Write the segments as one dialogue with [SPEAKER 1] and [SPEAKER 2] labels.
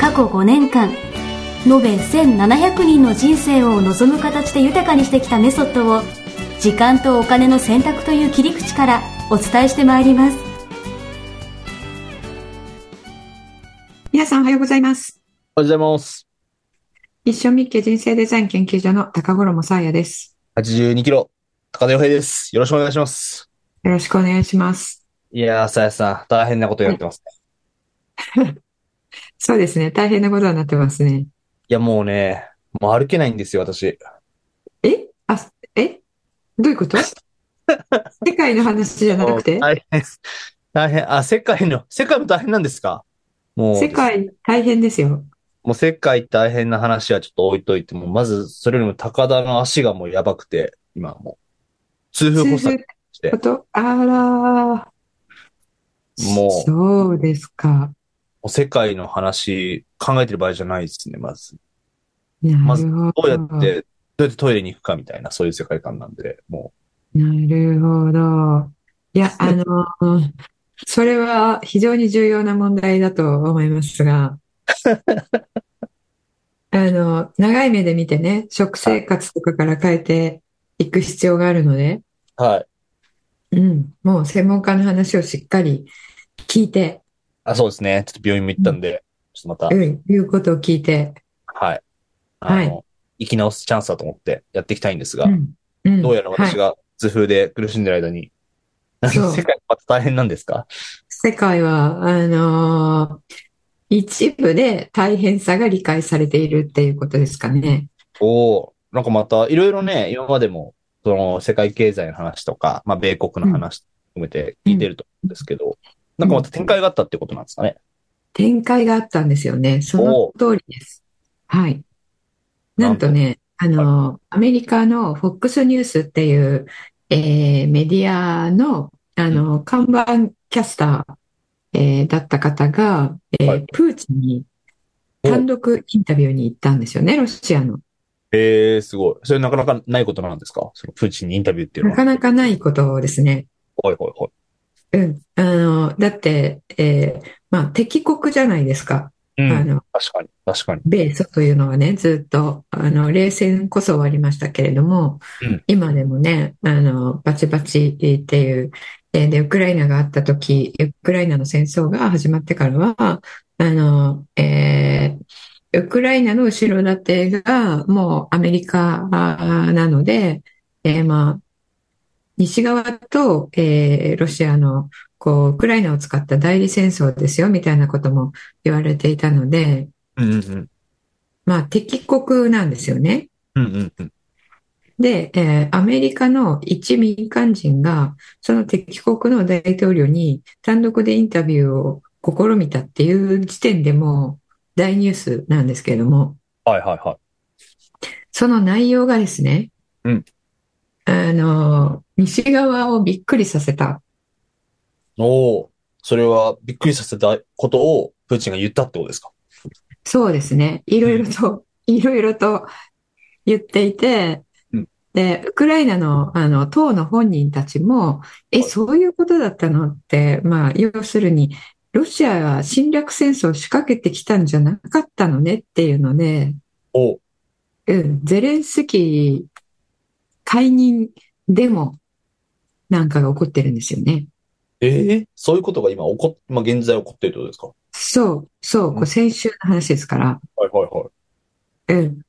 [SPEAKER 1] 過去5年間延べ1700人の人生を望む形で豊かにしてきたメソッドを時間とお金の選択という切り口からお伝えしてまいります
[SPEAKER 2] 皆さんおはようございます。
[SPEAKER 3] おはようございます。
[SPEAKER 2] 一生みっけ人生デザイン研究所の高頃もさあやです。
[SPEAKER 3] 82キロ、高田洋平です。よろしくお願いします。
[SPEAKER 2] よろしくお願いします。
[SPEAKER 3] いやー、さやさん、大変なことになってますね。
[SPEAKER 2] そうですね。大変なことになってますね。
[SPEAKER 3] いや、もうね、もう歩けないんですよ、私。
[SPEAKER 2] えあ、えどういうこと 世界の話じゃなくて
[SPEAKER 3] もう大変です。大変、あ、世界の、世界も大変なんですかもう、
[SPEAKER 2] 世界大変ですよ。
[SPEAKER 3] もう世界大変な話はちょっと置いといても、まず、それよりも高田の足がもうやばくて、今もう、痛風
[SPEAKER 2] そう
[SPEAKER 3] 発作
[SPEAKER 2] いう
[SPEAKER 3] して
[SPEAKER 2] こ、とあらー。
[SPEAKER 3] もう
[SPEAKER 2] そうですか。
[SPEAKER 3] もう世界の話考えてる場合じゃないですね、まず。
[SPEAKER 2] な
[SPEAKER 3] まず
[SPEAKER 2] るほど。
[SPEAKER 3] どうやって、どうやってトイレに行くかみたいな、そういう世界観なんで、もう、
[SPEAKER 2] なるほど。いや、あの、それは非常に重要な問題だと思います が、あの、長い目で見てね、食生活とかから変えていく必要があるので、
[SPEAKER 3] はい。
[SPEAKER 2] うん、もう専門家の話をしっかり聞いて、
[SPEAKER 3] あ、そうですね。ちょっと病院も行ったんで、ちょっとまた
[SPEAKER 2] う、ん、言うことを聞いて、
[SPEAKER 3] はい。あの、
[SPEAKER 2] はい
[SPEAKER 3] 生き直すチャンスだと思ってやっていきたいんですが、
[SPEAKER 2] うん、うん、
[SPEAKER 3] どうやら
[SPEAKER 2] はい
[SPEAKER 3] 私が痛風で苦しんでる間に、なん
[SPEAKER 2] そう
[SPEAKER 3] か世界また大変なんですか
[SPEAKER 2] 世界は、あの一部で大変さが理解されているっていうことですかね。
[SPEAKER 3] おおなんかまた、いろいろね、今までも、その、世界経済の話とか、まあ、米国の話含めて聞いてると思うんですけど、なんかまた展開があったってことなんですかね。
[SPEAKER 2] 展開があったんですよね。その
[SPEAKER 3] お
[SPEAKER 2] 通りです。はい。なんとね、あの、アメリカの FOX ニュースっていう、えーメディアの、あの、看板キャスター、えーだった方が、えー
[SPEAKER 3] はい
[SPEAKER 2] プーチンに単独インタビューに行ったんですよね、ロシアの。
[SPEAKER 3] ええすごい。それなかなかないことなんですかそのプーチンにインタビューっていうの
[SPEAKER 2] な
[SPEAKER 3] は。
[SPEAKER 2] かなかないことですね。
[SPEAKER 3] はいはいはい。
[SPEAKER 2] うん。あの、だって、えーまあ、敵国じゃないですか。
[SPEAKER 3] う
[SPEAKER 2] あ
[SPEAKER 3] ん。
[SPEAKER 2] の、
[SPEAKER 3] 確かに、確かに。
[SPEAKER 2] 米ソというのはね、ずっと、あの、冷戦こそ終わりましたけれども
[SPEAKER 3] うん、
[SPEAKER 2] 今でもね、あの、バチバチっていう、えーで、ウクライナがあった時、ウクライナの戦争が始まってからは、あの、えーウクライナの後ろ盾がもうアメリカあーなので、えーまあ、西側と、えーロシアの、こう、ウクライナを使った代理戦争ですよ、みたいなことも言われていたので、
[SPEAKER 3] うんうんうん。
[SPEAKER 2] まあ、敵国なんですよね。
[SPEAKER 3] うんうんうん。
[SPEAKER 2] で、えーアメリカの一民間人が、その敵国の大統領に単独でインタビューを試みたっていう時点でもう大ニュースなんですけれども、
[SPEAKER 3] はいはいはい。
[SPEAKER 2] その内容がですね、
[SPEAKER 3] うん
[SPEAKER 2] あの、西側をびっくりさせた。
[SPEAKER 3] おお、それはびっくりさせたことをプーチンが言ったってことですか
[SPEAKER 2] そうですね。いろいろと、いろいろと言っていて
[SPEAKER 3] うん、
[SPEAKER 2] で、ウクライナの、あの、党の本人たちも、え、
[SPEAKER 3] はい
[SPEAKER 2] そういうことだったのって、まあ、要するに、ロシアは侵略戦争を仕掛けてきたんじゃなかったのねっていうので、
[SPEAKER 3] おう
[SPEAKER 2] うん、ゼレンスキー解任デモなんかが起こってるんですよね。
[SPEAKER 3] ええそういうことが今起こっ、今現在起こってるってことですか
[SPEAKER 2] そう、そう、これ先週の話ですから。
[SPEAKER 3] はいはいはい。
[SPEAKER 2] うん。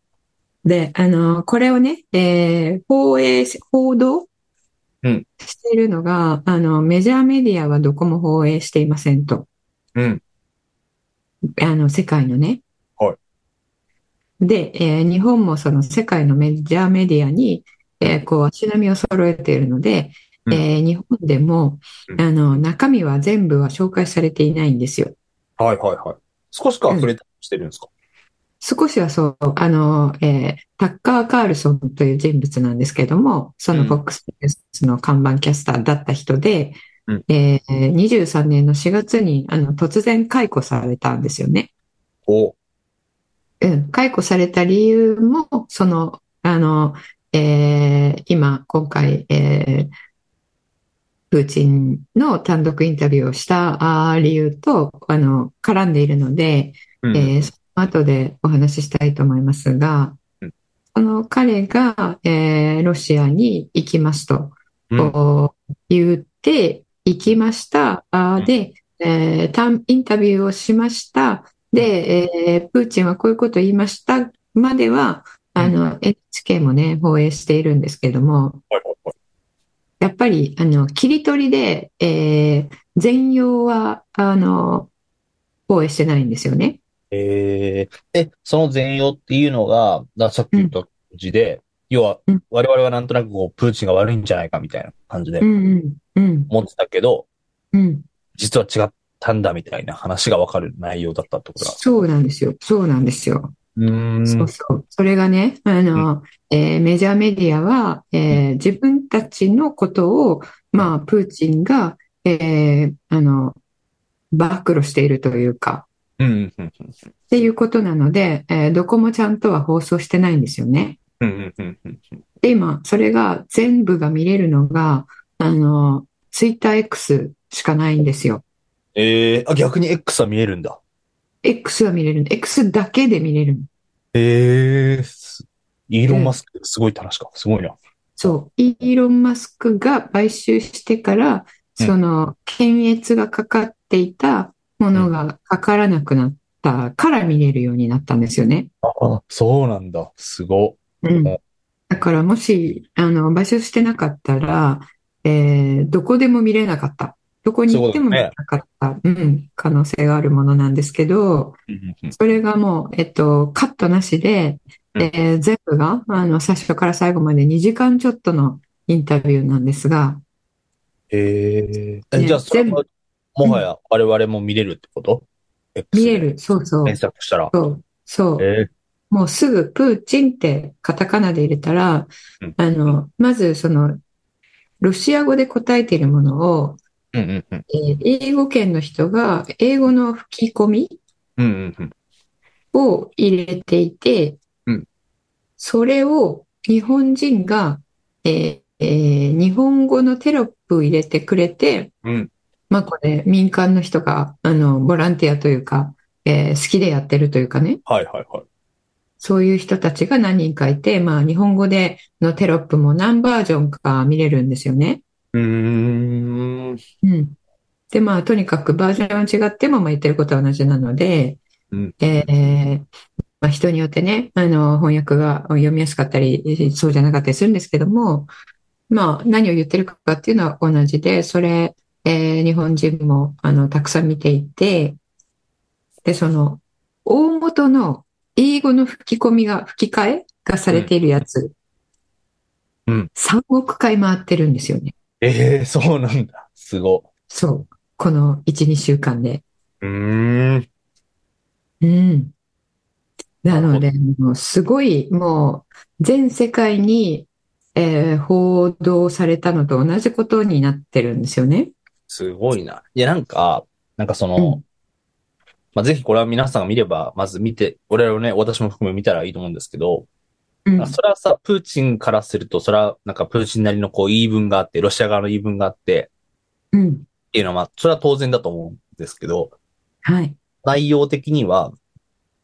[SPEAKER 2] で、あの、これをね、えー、放映し、報道
[SPEAKER 3] うん
[SPEAKER 2] しているのが、あの、メジャーメディアはどこも放映していませんと。
[SPEAKER 3] うん。
[SPEAKER 2] あの、世界のね。
[SPEAKER 3] はい
[SPEAKER 2] で、えー日本もその世界のメジャーメディアに、えーこう、足並みを揃えているので、
[SPEAKER 3] うん
[SPEAKER 2] えー日本でも
[SPEAKER 3] う、ん
[SPEAKER 2] あの、中身は全部は紹介されていないんですよ。
[SPEAKER 3] はいはいはい。少しか触れたしてるんですか
[SPEAKER 2] 少しはそう、あの、えータッカー・カールソンという人物なんですけども、その
[SPEAKER 3] うん
[SPEAKER 2] FOX ニュースの看板キャスターだった人で、
[SPEAKER 3] うん
[SPEAKER 2] えー23年の4月にあの突然解雇されたんですよね。
[SPEAKER 3] お
[SPEAKER 2] うん、解雇された理由も、その、あの、えー今、今回、えープーチンの単独インタビューをしたあー理由と、あの、絡んでいるので、
[SPEAKER 3] うん
[SPEAKER 2] えーその後でお話ししたいと思いますが
[SPEAKER 3] うん、
[SPEAKER 2] その彼が、えーロシアに行きますと
[SPEAKER 3] うん
[SPEAKER 2] こう言って、行きました。あ
[SPEAKER 3] うん
[SPEAKER 2] ーで、えーたんインタビューをしました。で、えープーチンはこういうことを言いましたまでは、あの、NHK もね、放映しているんですけども、
[SPEAKER 3] はいはいはい
[SPEAKER 2] やっぱり、あの、切り取りで、えー全容は、あの、放映してないんですよね。
[SPEAKER 3] えーえ、その全容っていうのが、ださっき言った感じで、要は
[SPEAKER 2] うん、
[SPEAKER 3] 我々はなんとなくこう、プーチンが悪いんじゃないかみたいな感じで
[SPEAKER 2] うんうん、うん、
[SPEAKER 3] 思ってたけど、
[SPEAKER 2] うん。
[SPEAKER 3] 実は違ったんだみたいな話がわかる内容だったってことだ。
[SPEAKER 2] そうなんですよ。そうなんですよ。
[SPEAKER 3] うーん。
[SPEAKER 2] そうそう。それがね、あの、えーメジャーメディアは、えー自分たちのことを、まあ、プーチンが、えーあの、暴露しているというか、
[SPEAKER 3] うんうんうん
[SPEAKER 2] っていうことなので、えーどこもちゃんとは放送してないんですよね。
[SPEAKER 3] うんうんうんうんうん
[SPEAKER 2] で、今、それが全部が見れるのが、あの、ツイッター X しかないんですよ。
[SPEAKER 3] えー、あ、逆に X は見えるんだ。
[SPEAKER 2] X は見れる。X だけで見れる。
[SPEAKER 3] えー、すイーロン・マスク、すごいって話か。すごいな。
[SPEAKER 2] そう、イーロン・マスクが買収してから、
[SPEAKER 3] うん
[SPEAKER 2] その、検閲がかかっていたものがかからなくなったから見れるようになったんですよね。
[SPEAKER 3] あ、そうなんだ。すご。
[SPEAKER 2] うん
[SPEAKER 3] お
[SPEAKER 2] だからもし、あの、買収してなかったら、えーどこでも見れなかった。どこに行っても見れなかった、うん、可能性があるものなんですけど、
[SPEAKER 3] うんうん
[SPEAKER 2] それがもう、えっと、カットなしで、
[SPEAKER 3] うん
[SPEAKER 2] えー全部が、あの、最初から最後まで2時間ちょっとのインタビューなんですが、
[SPEAKER 3] えー、
[SPEAKER 2] ね
[SPEAKER 3] じゃあ、それ
[SPEAKER 2] 全
[SPEAKER 3] は
[SPEAKER 2] 部、
[SPEAKER 3] もはや我々も見れるってこと
[SPEAKER 2] 見
[SPEAKER 3] ?X
[SPEAKER 2] れ
[SPEAKER 3] で
[SPEAKER 2] る。そうそう。
[SPEAKER 3] 検索したら。
[SPEAKER 2] そう。そう。
[SPEAKER 3] え
[SPEAKER 2] もうすぐプーチンってカタカナで入れたら
[SPEAKER 3] うん、
[SPEAKER 2] あの、まずその、ロシア語で答えているものを、
[SPEAKER 3] ー、うんうんうん。
[SPEAKER 2] えー英語圏の人が英語の吹き込み
[SPEAKER 3] うんうんうん。
[SPEAKER 2] を入れていて
[SPEAKER 3] うん、
[SPEAKER 2] それを日本人が、えーえー日本語のテロップ入れてくれて、
[SPEAKER 3] うん。
[SPEAKER 2] まあこれ民間の人が、あの、ボランティアというか、えー好きでやってるというかね、
[SPEAKER 3] はいはいはい。
[SPEAKER 2] そういう人たちが何人かいて、まあ日本語でのテロップも何バージョンか見れるんですよね。
[SPEAKER 3] うーん。
[SPEAKER 2] うん。で、まあとにかくバージョンは違っても、まあ言ってることは同じなので、
[SPEAKER 3] うん
[SPEAKER 2] えーまあ人によってね、あの翻訳が読みやすかったり、そうじゃなかったりするんですけども、まあ何を言ってるかっていうのは同じで、それ、えー日本人もあのたくさん見ていて、で、その、大元の英語の吹き込みが、吹き替えがされているやつ、
[SPEAKER 3] うん
[SPEAKER 2] 3億回回ってるんですよね。
[SPEAKER 3] えー、そうなんだ。すご。
[SPEAKER 2] そう。この1、2週間で。
[SPEAKER 3] うーん。
[SPEAKER 2] うん。なの
[SPEAKER 3] な
[SPEAKER 2] で、もうすごい、もう、全世界に、えー報道されたのと同じことになってるんですよね。
[SPEAKER 3] すごいな。いや、なんか、なんかそうの、まあ、ぜひこれは皆さんが見れば、まず見て、俺らをね、私も含め見たらいいと思うんですけど、
[SPEAKER 2] うん
[SPEAKER 3] あそれはさ、プーチンからすると、それはなんかプーチンなりのこう言い分があって、ロシア側の言い分があって、
[SPEAKER 2] うん。
[SPEAKER 3] っていうのは、まあ、それは当然だと思うんですけど、
[SPEAKER 2] はい。
[SPEAKER 3] 内容的には、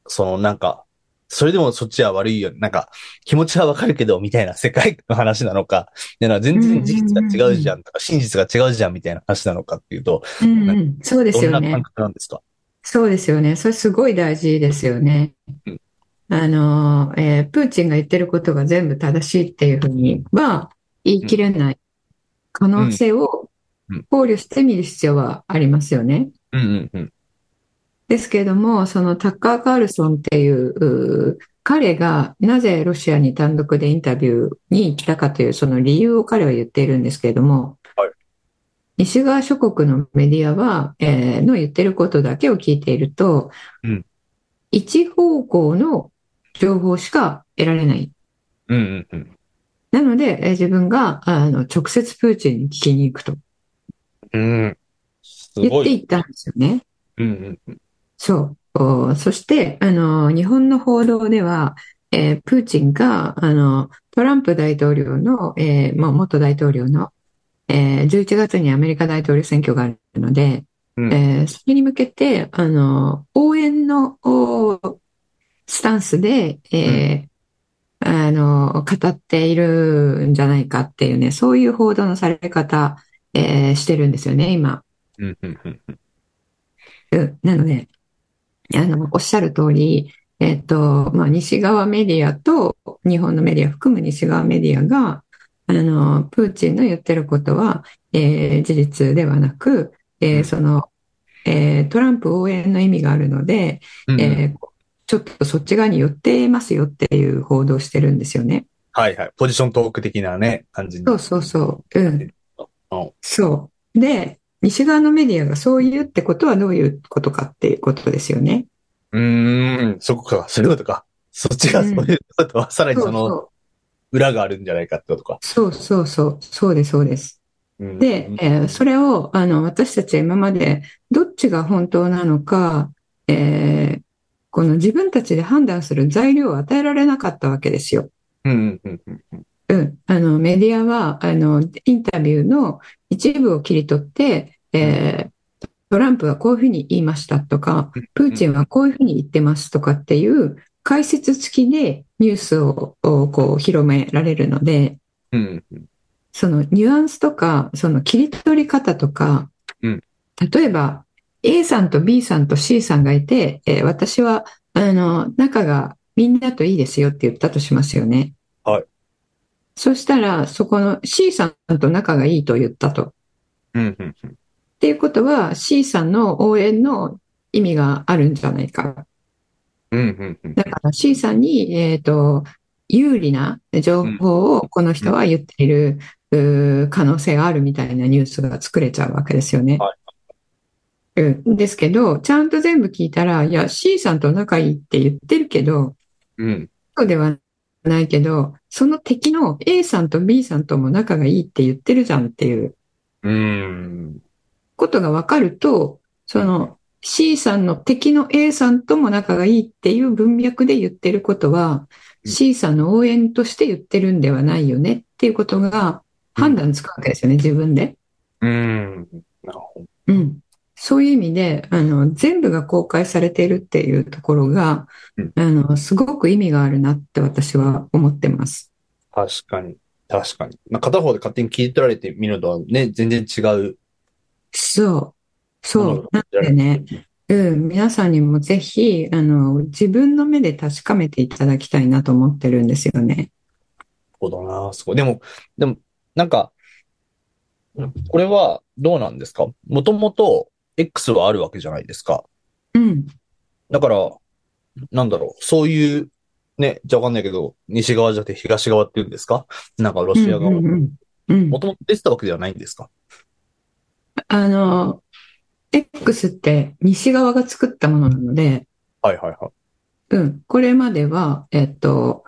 [SPEAKER 3] そのなんか、それでもそっちは悪いよ、なんか、気持ちはわかるけど、みたいな世界の話なのか、でなんか全然事実が違うじゃんとか、真実が違うじゃんみたいな話なのかっていうと、
[SPEAKER 2] うんうん。そうです
[SPEAKER 3] どん
[SPEAKER 2] よ
[SPEAKER 3] な
[SPEAKER 2] ね
[SPEAKER 3] 感。覚なんですか
[SPEAKER 2] そうですよね。それすごい大事ですよね
[SPEAKER 3] うん。
[SPEAKER 2] あの、えープーチンが言ってることが全部正しいっていうふうには言い切れない可能性を
[SPEAKER 3] うん
[SPEAKER 2] 考慮してみる必要はありますよね。
[SPEAKER 3] うんうんうん。
[SPEAKER 2] ですけれども、そのタッカー・カールソンっていう、うー彼がなぜロシアに単独でインタビューに来たかというその理由を彼は言っているんですけれども
[SPEAKER 3] はい、
[SPEAKER 2] 西側諸国のメディアは、えーの言ってることだけを聞いていると
[SPEAKER 3] うん、
[SPEAKER 2] 一方向の情報しか得られない。
[SPEAKER 3] うんうんうん。
[SPEAKER 2] なので、えー自分があの直接プーチンに聞きに行くと
[SPEAKER 3] うん。す
[SPEAKER 2] 言
[SPEAKER 3] ご
[SPEAKER 2] って
[SPEAKER 3] い。
[SPEAKER 2] いったんですよね。
[SPEAKER 3] うんうん。
[SPEAKER 2] そう。おそして、あの、日本の報道では、えープーチンが、あの、トランプ大統領の、えーまあ、元大統領の、えー11月にアメリカ大統領選挙があるので、
[SPEAKER 3] うん
[SPEAKER 2] えーそれに向けて、あの、応援の、おスタンスで、えーあの、語っているんじゃないかっていうね、そういう報道のされ方、えーしてるんですよね、今。
[SPEAKER 3] うんうんうん。
[SPEAKER 2] うんなので、あの、おっしゃる通り、えっと、まあ、西側メディアと日本のメディア含む西側メディアが、あの、プーチンの言ってることは、えー事実ではなく、え
[SPEAKER 3] う
[SPEAKER 2] ー
[SPEAKER 3] ん
[SPEAKER 2] その、えートランプ応援の意味があるので、
[SPEAKER 3] うんうん
[SPEAKER 2] えーちょっとそっち側に寄ってますよっていう報道をしてるんですよね。
[SPEAKER 3] はいはい。ポジショントーク的なね、感じに。
[SPEAKER 2] そうそうそう。うん
[SPEAKER 3] うん。
[SPEAKER 2] そう。で、西側のメディアがそう言うってことはどういうことかっていうことですよね。
[SPEAKER 3] うーん、そこか、そういうことか。そっちが
[SPEAKER 2] う
[SPEAKER 3] そうんいうことは、さら
[SPEAKER 2] そ
[SPEAKER 3] に
[SPEAKER 2] う
[SPEAKER 3] そ
[SPEAKER 2] そ
[SPEAKER 3] の
[SPEAKER 2] う。
[SPEAKER 3] 裏があるんじゃないかってことか。
[SPEAKER 2] そうそうそう、そうです、そうです。
[SPEAKER 3] うん
[SPEAKER 2] で、えーそれを、あの、私たちは今まで、どっちが本当なのか、えーこの自分たちで判断する材料を与えられなかったわけですよ。
[SPEAKER 3] うんうんうん
[SPEAKER 2] うん。あの、メディアは、あの、インタビューの一部を切り取って、えートランプはこういうふうに言いましたとか、プーチンはこういうふうに言ってますとかっていう解説付きでニュースを、をこう、広められるので、
[SPEAKER 3] うん。うんうん
[SPEAKER 2] そのニュアンスとか、その切り取り方とか、
[SPEAKER 3] うん
[SPEAKER 2] 例えば A さんと B さんと C さんがいて、えー私は、あの、仲がみんなといいですよって言ったとしますよね。
[SPEAKER 3] はい。
[SPEAKER 2] そしたら、そこの C さんと仲がいいと言ったと。っ
[SPEAKER 3] うんうんうん。
[SPEAKER 2] ていうことは C さんの応援の意味があるんじゃないか。
[SPEAKER 3] うんうんうん。
[SPEAKER 2] だから C さんに、えっと、有利な情報をこの人は言っている、うー可能性があるみたいなニュースが作れちゃうわけですよね。
[SPEAKER 3] は
[SPEAKER 2] うん、ですけど、ちゃんと全部聞いたら、いや、C さんと仲いいって言ってるけど、
[SPEAKER 3] うん。
[SPEAKER 2] そうではないけど、その敵の A さんと B さんとも仲がいいって言ってるじゃんっていう
[SPEAKER 3] うん。
[SPEAKER 2] ことが分かると、その C さんの敵の A さんとも仲がいいっていう文脈で言ってることは、
[SPEAKER 3] うん
[SPEAKER 2] C さんの応援として言ってるんではないよねっていうことが判断つくわけですよね、自分で。
[SPEAKER 3] うん。なるほど。
[SPEAKER 2] うん。そういう意味で、あの、全部が公開されているっていうところが
[SPEAKER 3] うん、
[SPEAKER 2] あの、すごく意味があるなって私は思ってます。
[SPEAKER 3] 確かに。確かに。まあ、片方で勝手に切り取られてみるのはね、全然違う
[SPEAKER 2] そう。
[SPEAKER 3] も
[SPEAKER 2] そ
[SPEAKER 3] の
[SPEAKER 2] う
[SPEAKER 3] が。
[SPEAKER 2] なんでね、うん、皆さんにもぜひ、あの、自分の目で確かめていただきたいなと思ってるんですよね。
[SPEAKER 3] そうだな、すごい。でも、でも、なんか、これはどうなんですかもともと X はあるわけじゃないですか。
[SPEAKER 2] うん、
[SPEAKER 3] だから、なんだろう、そういう、ね、じゃあわかんないけど、西側じゃなくて東側って言うんですかなんかロシア側。
[SPEAKER 2] うん、う
[SPEAKER 3] も
[SPEAKER 2] んうん、うん。
[SPEAKER 3] ともと出てたわけではないんですか
[SPEAKER 2] あの、X って西側が作ったものなので、
[SPEAKER 3] はいはいはい。
[SPEAKER 2] うん、これまでは、えっと、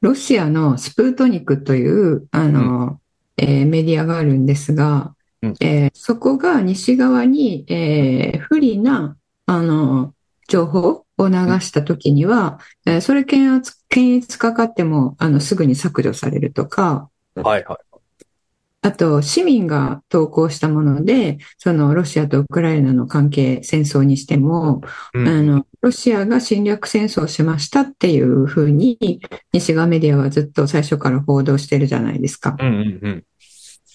[SPEAKER 2] ロシアのスプートニクという、あの、えーメディアがあるんですが
[SPEAKER 3] うん、
[SPEAKER 2] えーそこが西側に、えー不利な、あの、情報を流したときには、えーそれ検圧、検閲かかっても、あの、すぐに削除されるとか、
[SPEAKER 3] はいはい。
[SPEAKER 2] あと、市民が投稿したもので、その、ロシアとウクライナの関係、戦争にしても、
[SPEAKER 3] うん
[SPEAKER 2] あの、ロシアが侵略戦争をしましたっていうふうに、西側メディアはずっと最初から報道してるじゃないですか。
[SPEAKER 3] うんうんうん。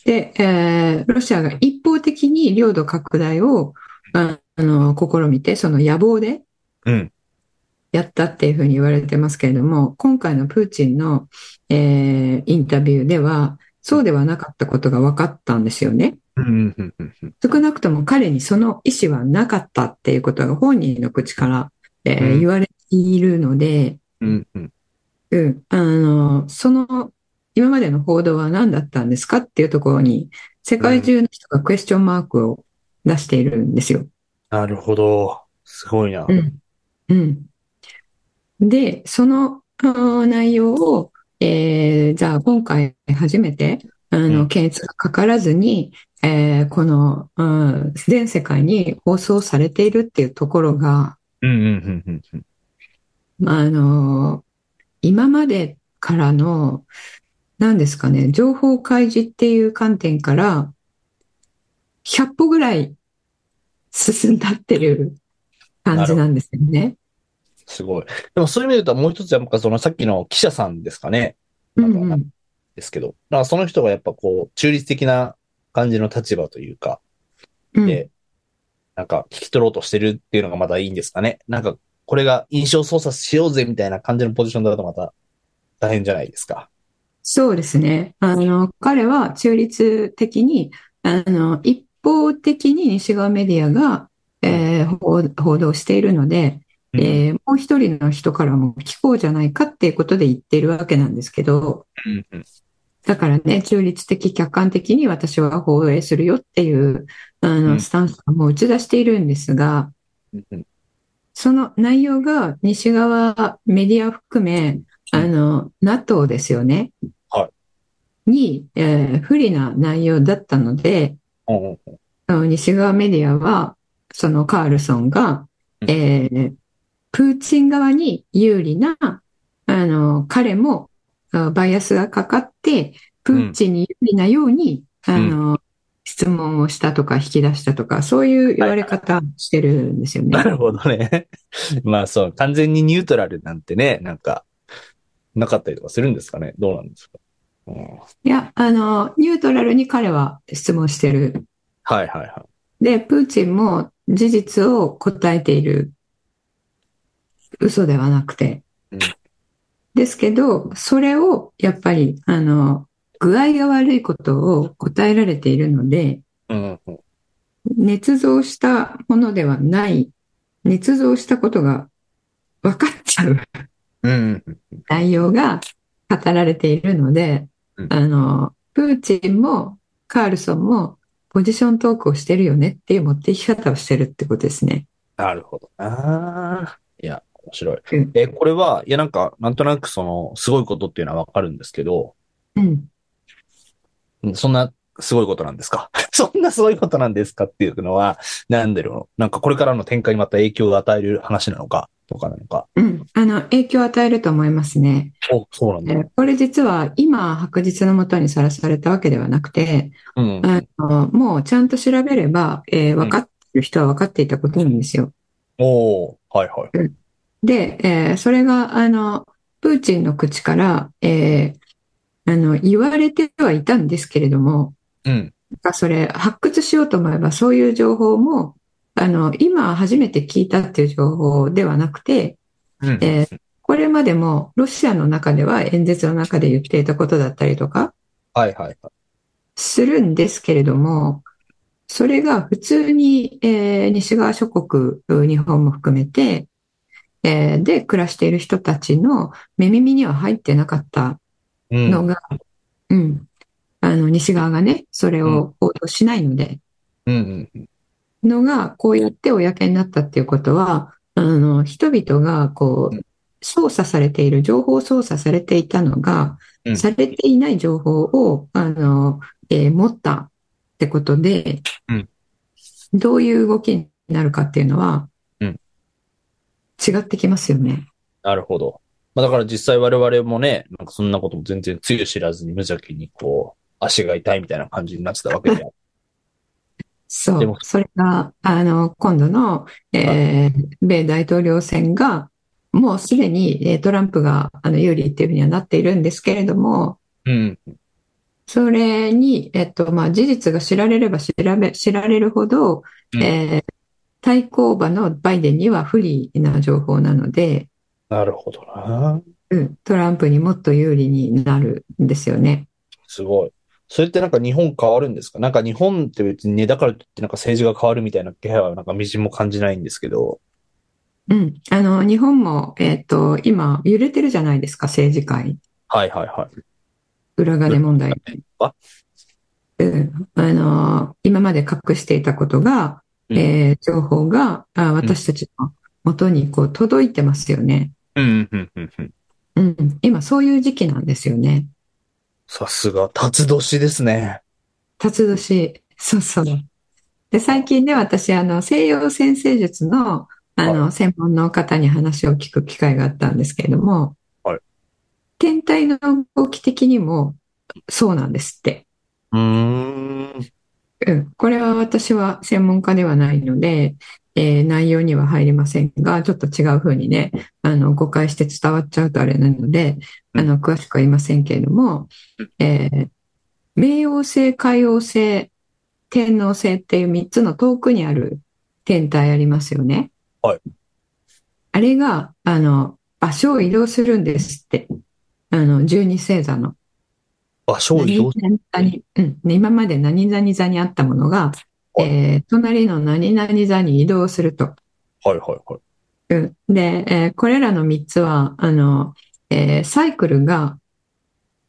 [SPEAKER 2] で、えーロシアが一方的に領土拡大を、ああの、試みて、その野望で
[SPEAKER 3] うん。
[SPEAKER 2] やったっていうふうに言われてますけれども、今回のプーチンの、えーインタビューでは、そうではなかったことが分かったんですよね。
[SPEAKER 3] うんうんうんうん。
[SPEAKER 2] 少なくとも彼にその意思はなかったっていうことが本人の口から、えー
[SPEAKER 3] うん
[SPEAKER 2] 言われているので、
[SPEAKER 3] うんうん。
[SPEAKER 2] うん、あの、その、今までの報道は何だったんですかっていうところに、世界中の人がクエスチョンマークを出しているんですよ。
[SPEAKER 3] なるほど。すごいな。
[SPEAKER 2] うん。うん。で、そのあー内容を、えーじゃあ今回初めて、あ
[SPEAKER 3] う
[SPEAKER 2] の、
[SPEAKER 3] ん
[SPEAKER 2] 検閲がかからずに、えーこの、うん、全世界に放送されているっていうところが、
[SPEAKER 3] うんうんうんうん。
[SPEAKER 2] まああの、今までからの、何ですかね、情報開示っていう観点から、100歩ぐらい進んだってる感じなんですよね。
[SPEAKER 3] すごい。でもそういう意味で言うともう一つやっぱそのさっきの記者さんですかね。
[SPEAKER 2] う
[SPEAKER 3] なるほど
[SPEAKER 2] んうん
[SPEAKER 3] ですけど。だからその人がやっぱこう、中立的な感じの立場というか、
[SPEAKER 2] うん
[SPEAKER 3] で、なんか聞き取ろうとしてるっていうのがまだいいんですかね。なんか、これが印象操作しようぜみたいな感じのポジションだとまた大変じゃないですか。
[SPEAKER 2] そうですね。あの、彼は中立的に、あの、一方的に西側メディアが、えー報報道しているので、
[SPEAKER 3] うん
[SPEAKER 2] えーもう一人の人からも聞こうじゃないかっていうことで言ってるわけなんですけど、
[SPEAKER 3] うんうん
[SPEAKER 2] だからね、中立的、客観的に私は放映するよっていう、あ
[SPEAKER 3] う
[SPEAKER 2] の、
[SPEAKER 3] ん
[SPEAKER 2] スタンスをもう打ち出しているんですが、
[SPEAKER 3] うんうん
[SPEAKER 2] その内容が西側メディア含め、あの、NATO ですよね。
[SPEAKER 3] は
[SPEAKER 2] に、えー不利な内容だったので、
[SPEAKER 3] うんうん
[SPEAKER 2] あの西側メディアは、そのカールソンが、
[SPEAKER 3] うん
[SPEAKER 2] えープーチン側に有利な、あの、彼もあバイアスがかかって、プーチンに有利なように、あの、質問をしたとか引き出したとか、そういう言われ方してるんですよね
[SPEAKER 3] な。るほどね。まあそう、完全にニュートラルなんてね、なんか、なかったりとかするんですかね。どうなんですか。うん、はい
[SPEAKER 2] いや、あの、ニュートラルに彼は質問してる。
[SPEAKER 3] はいは
[SPEAKER 2] で、プーチンも事実を答えている。嘘ではなくて
[SPEAKER 3] うん。
[SPEAKER 2] ですけど、それをやっぱり、あの、具合が悪いことを答えられているので、
[SPEAKER 3] い。うんうん
[SPEAKER 2] 捏造したものではない、捏造したことが分かっちゃう
[SPEAKER 3] うんうん
[SPEAKER 2] 内容が語られているので、
[SPEAKER 3] うん
[SPEAKER 2] あの、プーチンもカールソンもポジショントークをしてるよねっていう持っていき方をしてるってことですね。
[SPEAKER 3] なるほどな。いや、面白い
[SPEAKER 2] うん。
[SPEAKER 3] え、これは、いや、なんか、なんとなくその、すごいことっていうのはわかるんですけど、
[SPEAKER 2] うん。
[SPEAKER 3] うんそんな、すごいことなんですか そんなすごいことなんですかっていうのは、なんだろう。なんか、これからの展開にまた影響を与える話なのか、とかなのか。
[SPEAKER 2] うん。あの、影響を与えると思いますね。
[SPEAKER 3] お、そうなん
[SPEAKER 2] え
[SPEAKER 3] だ。
[SPEAKER 2] ーこれ実は今、白日のもとにさらされたわけではなくて、
[SPEAKER 3] うん。
[SPEAKER 2] あのもうちゃんと調べれば、えー分かってる人は分かっていたことなんですよ。
[SPEAKER 3] おー、はいはい。
[SPEAKER 2] で、えーそれが、あの、プーチンの口から、えーあの、言われてはいたんですけれども、
[SPEAKER 3] うん。
[SPEAKER 2] がそれ発掘しようと思えばそういう情報もあの今初めて聞いたっていう情報ではなくて
[SPEAKER 3] うん。
[SPEAKER 2] えこれまでもロシアの中では演説の中で言っていたことだったりとか
[SPEAKER 3] はいはいはい。
[SPEAKER 2] するんですけれどもそれが普通に、えー西側諸国日本も含めて、えーで暮らしている人たちの目耳には入ってなかった
[SPEAKER 3] うん。
[SPEAKER 2] のが、うんあの西側がねそれを報道しないので。
[SPEAKER 3] うんうんうん。
[SPEAKER 2] のが、こうやって公になったっていうことは、あの、人々が、こ
[SPEAKER 3] う
[SPEAKER 2] う、操作されている、情報操作されていたのが
[SPEAKER 3] う、ん
[SPEAKER 2] されていない情報を、あの、えー持ったってことで
[SPEAKER 3] うん、
[SPEAKER 2] どういう動きになるかっていうのは
[SPEAKER 3] うん、
[SPEAKER 2] 違ってきますよね。
[SPEAKER 3] なるほど。まあだから実際我々もね、なんかそんなことも全然つゆ知らずに無邪気にこう、足が痛いみたいな感じになってたわけで。
[SPEAKER 2] そ
[SPEAKER 3] で
[SPEAKER 2] う
[SPEAKER 3] も。
[SPEAKER 2] それが、あの、今度の、えー米大統領選が、もうすでにえートランプがあの有利っていうふうにはなっているんですけれども、
[SPEAKER 3] うん。
[SPEAKER 2] それに、えっと、まあ、事実が知られれば調べ、知られるほど、
[SPEAKER 3] うん
[SPEAKER 2] えー対抗馬のバイデンには不利な情報なので、
[SPEAKER 3] なるほどな。
[SPEAKER 2] うん、トランプにもっと有利になるんですよね。
[SPEAKER 3] すごい。それってなんか日本変わるんですかなんか日本って別にね、だからといってなんか政治が変わるみたいな気配はなんか微塵も感じないんですけど。
[SPEAKER 2] うん。あの、日本も、えっと、今、揺れてるじゃないですか、政治界。
[SPEAKER 3] はいはいはい。
[SPEAKER 2] 裏金問題。
[SPEAKER 3] あ
[SPEAKER 2] うん。あの、今まで隠していたことが、
[SPEAKER 3] うん
[SPEAKER 2] えー情報が、あ、私たちの元にこう、届いてますよね。
[SPEAKER 3] うん、うん、うん、うん。
[SPEAKER 2] うん、今そういう時期なんですよね。
[SPEAKER 3] さすが、辰年ですね。
[SPEAKER 2] 辰年。そうそう。で、最近ね、私、あの、西洋先生術の、あの、専門の方に話を聞く機会があったんですけれども
[SPEAKER 3] はい、
[SPEAKER 2] 天体の動き的にもそうなんですって。
[SPEAKER 3] うーん。
[SPEAKER 2] うん、これは私は専門家ではないので、えー内容には入りませんが、ちょっと違う風にね、あの、誤解して伝わっちゃうとあれなので、あの、詳しくは言いませんけれども、えー冥王星、海王星、天王星っていう3つの遠くにある天体ありますよね。
[SPEAKER 3] はい。
[SPEAKER 2] あれが、あの、場所を移動するんですって。あの、十二星座の。
[SPEAKER 3] 場所を移動
[SPEAKER 2] 何々うん、ね今まで何々座にあったものが、
[SPEAKER 3] はい
[SPEAKER 2] えー隣の何々座に移動すると。
[SPEAKER 3] はいはいはい。
[SPEAKER 2] うん、で、えーこれらの3つは、あの、えーサイクルが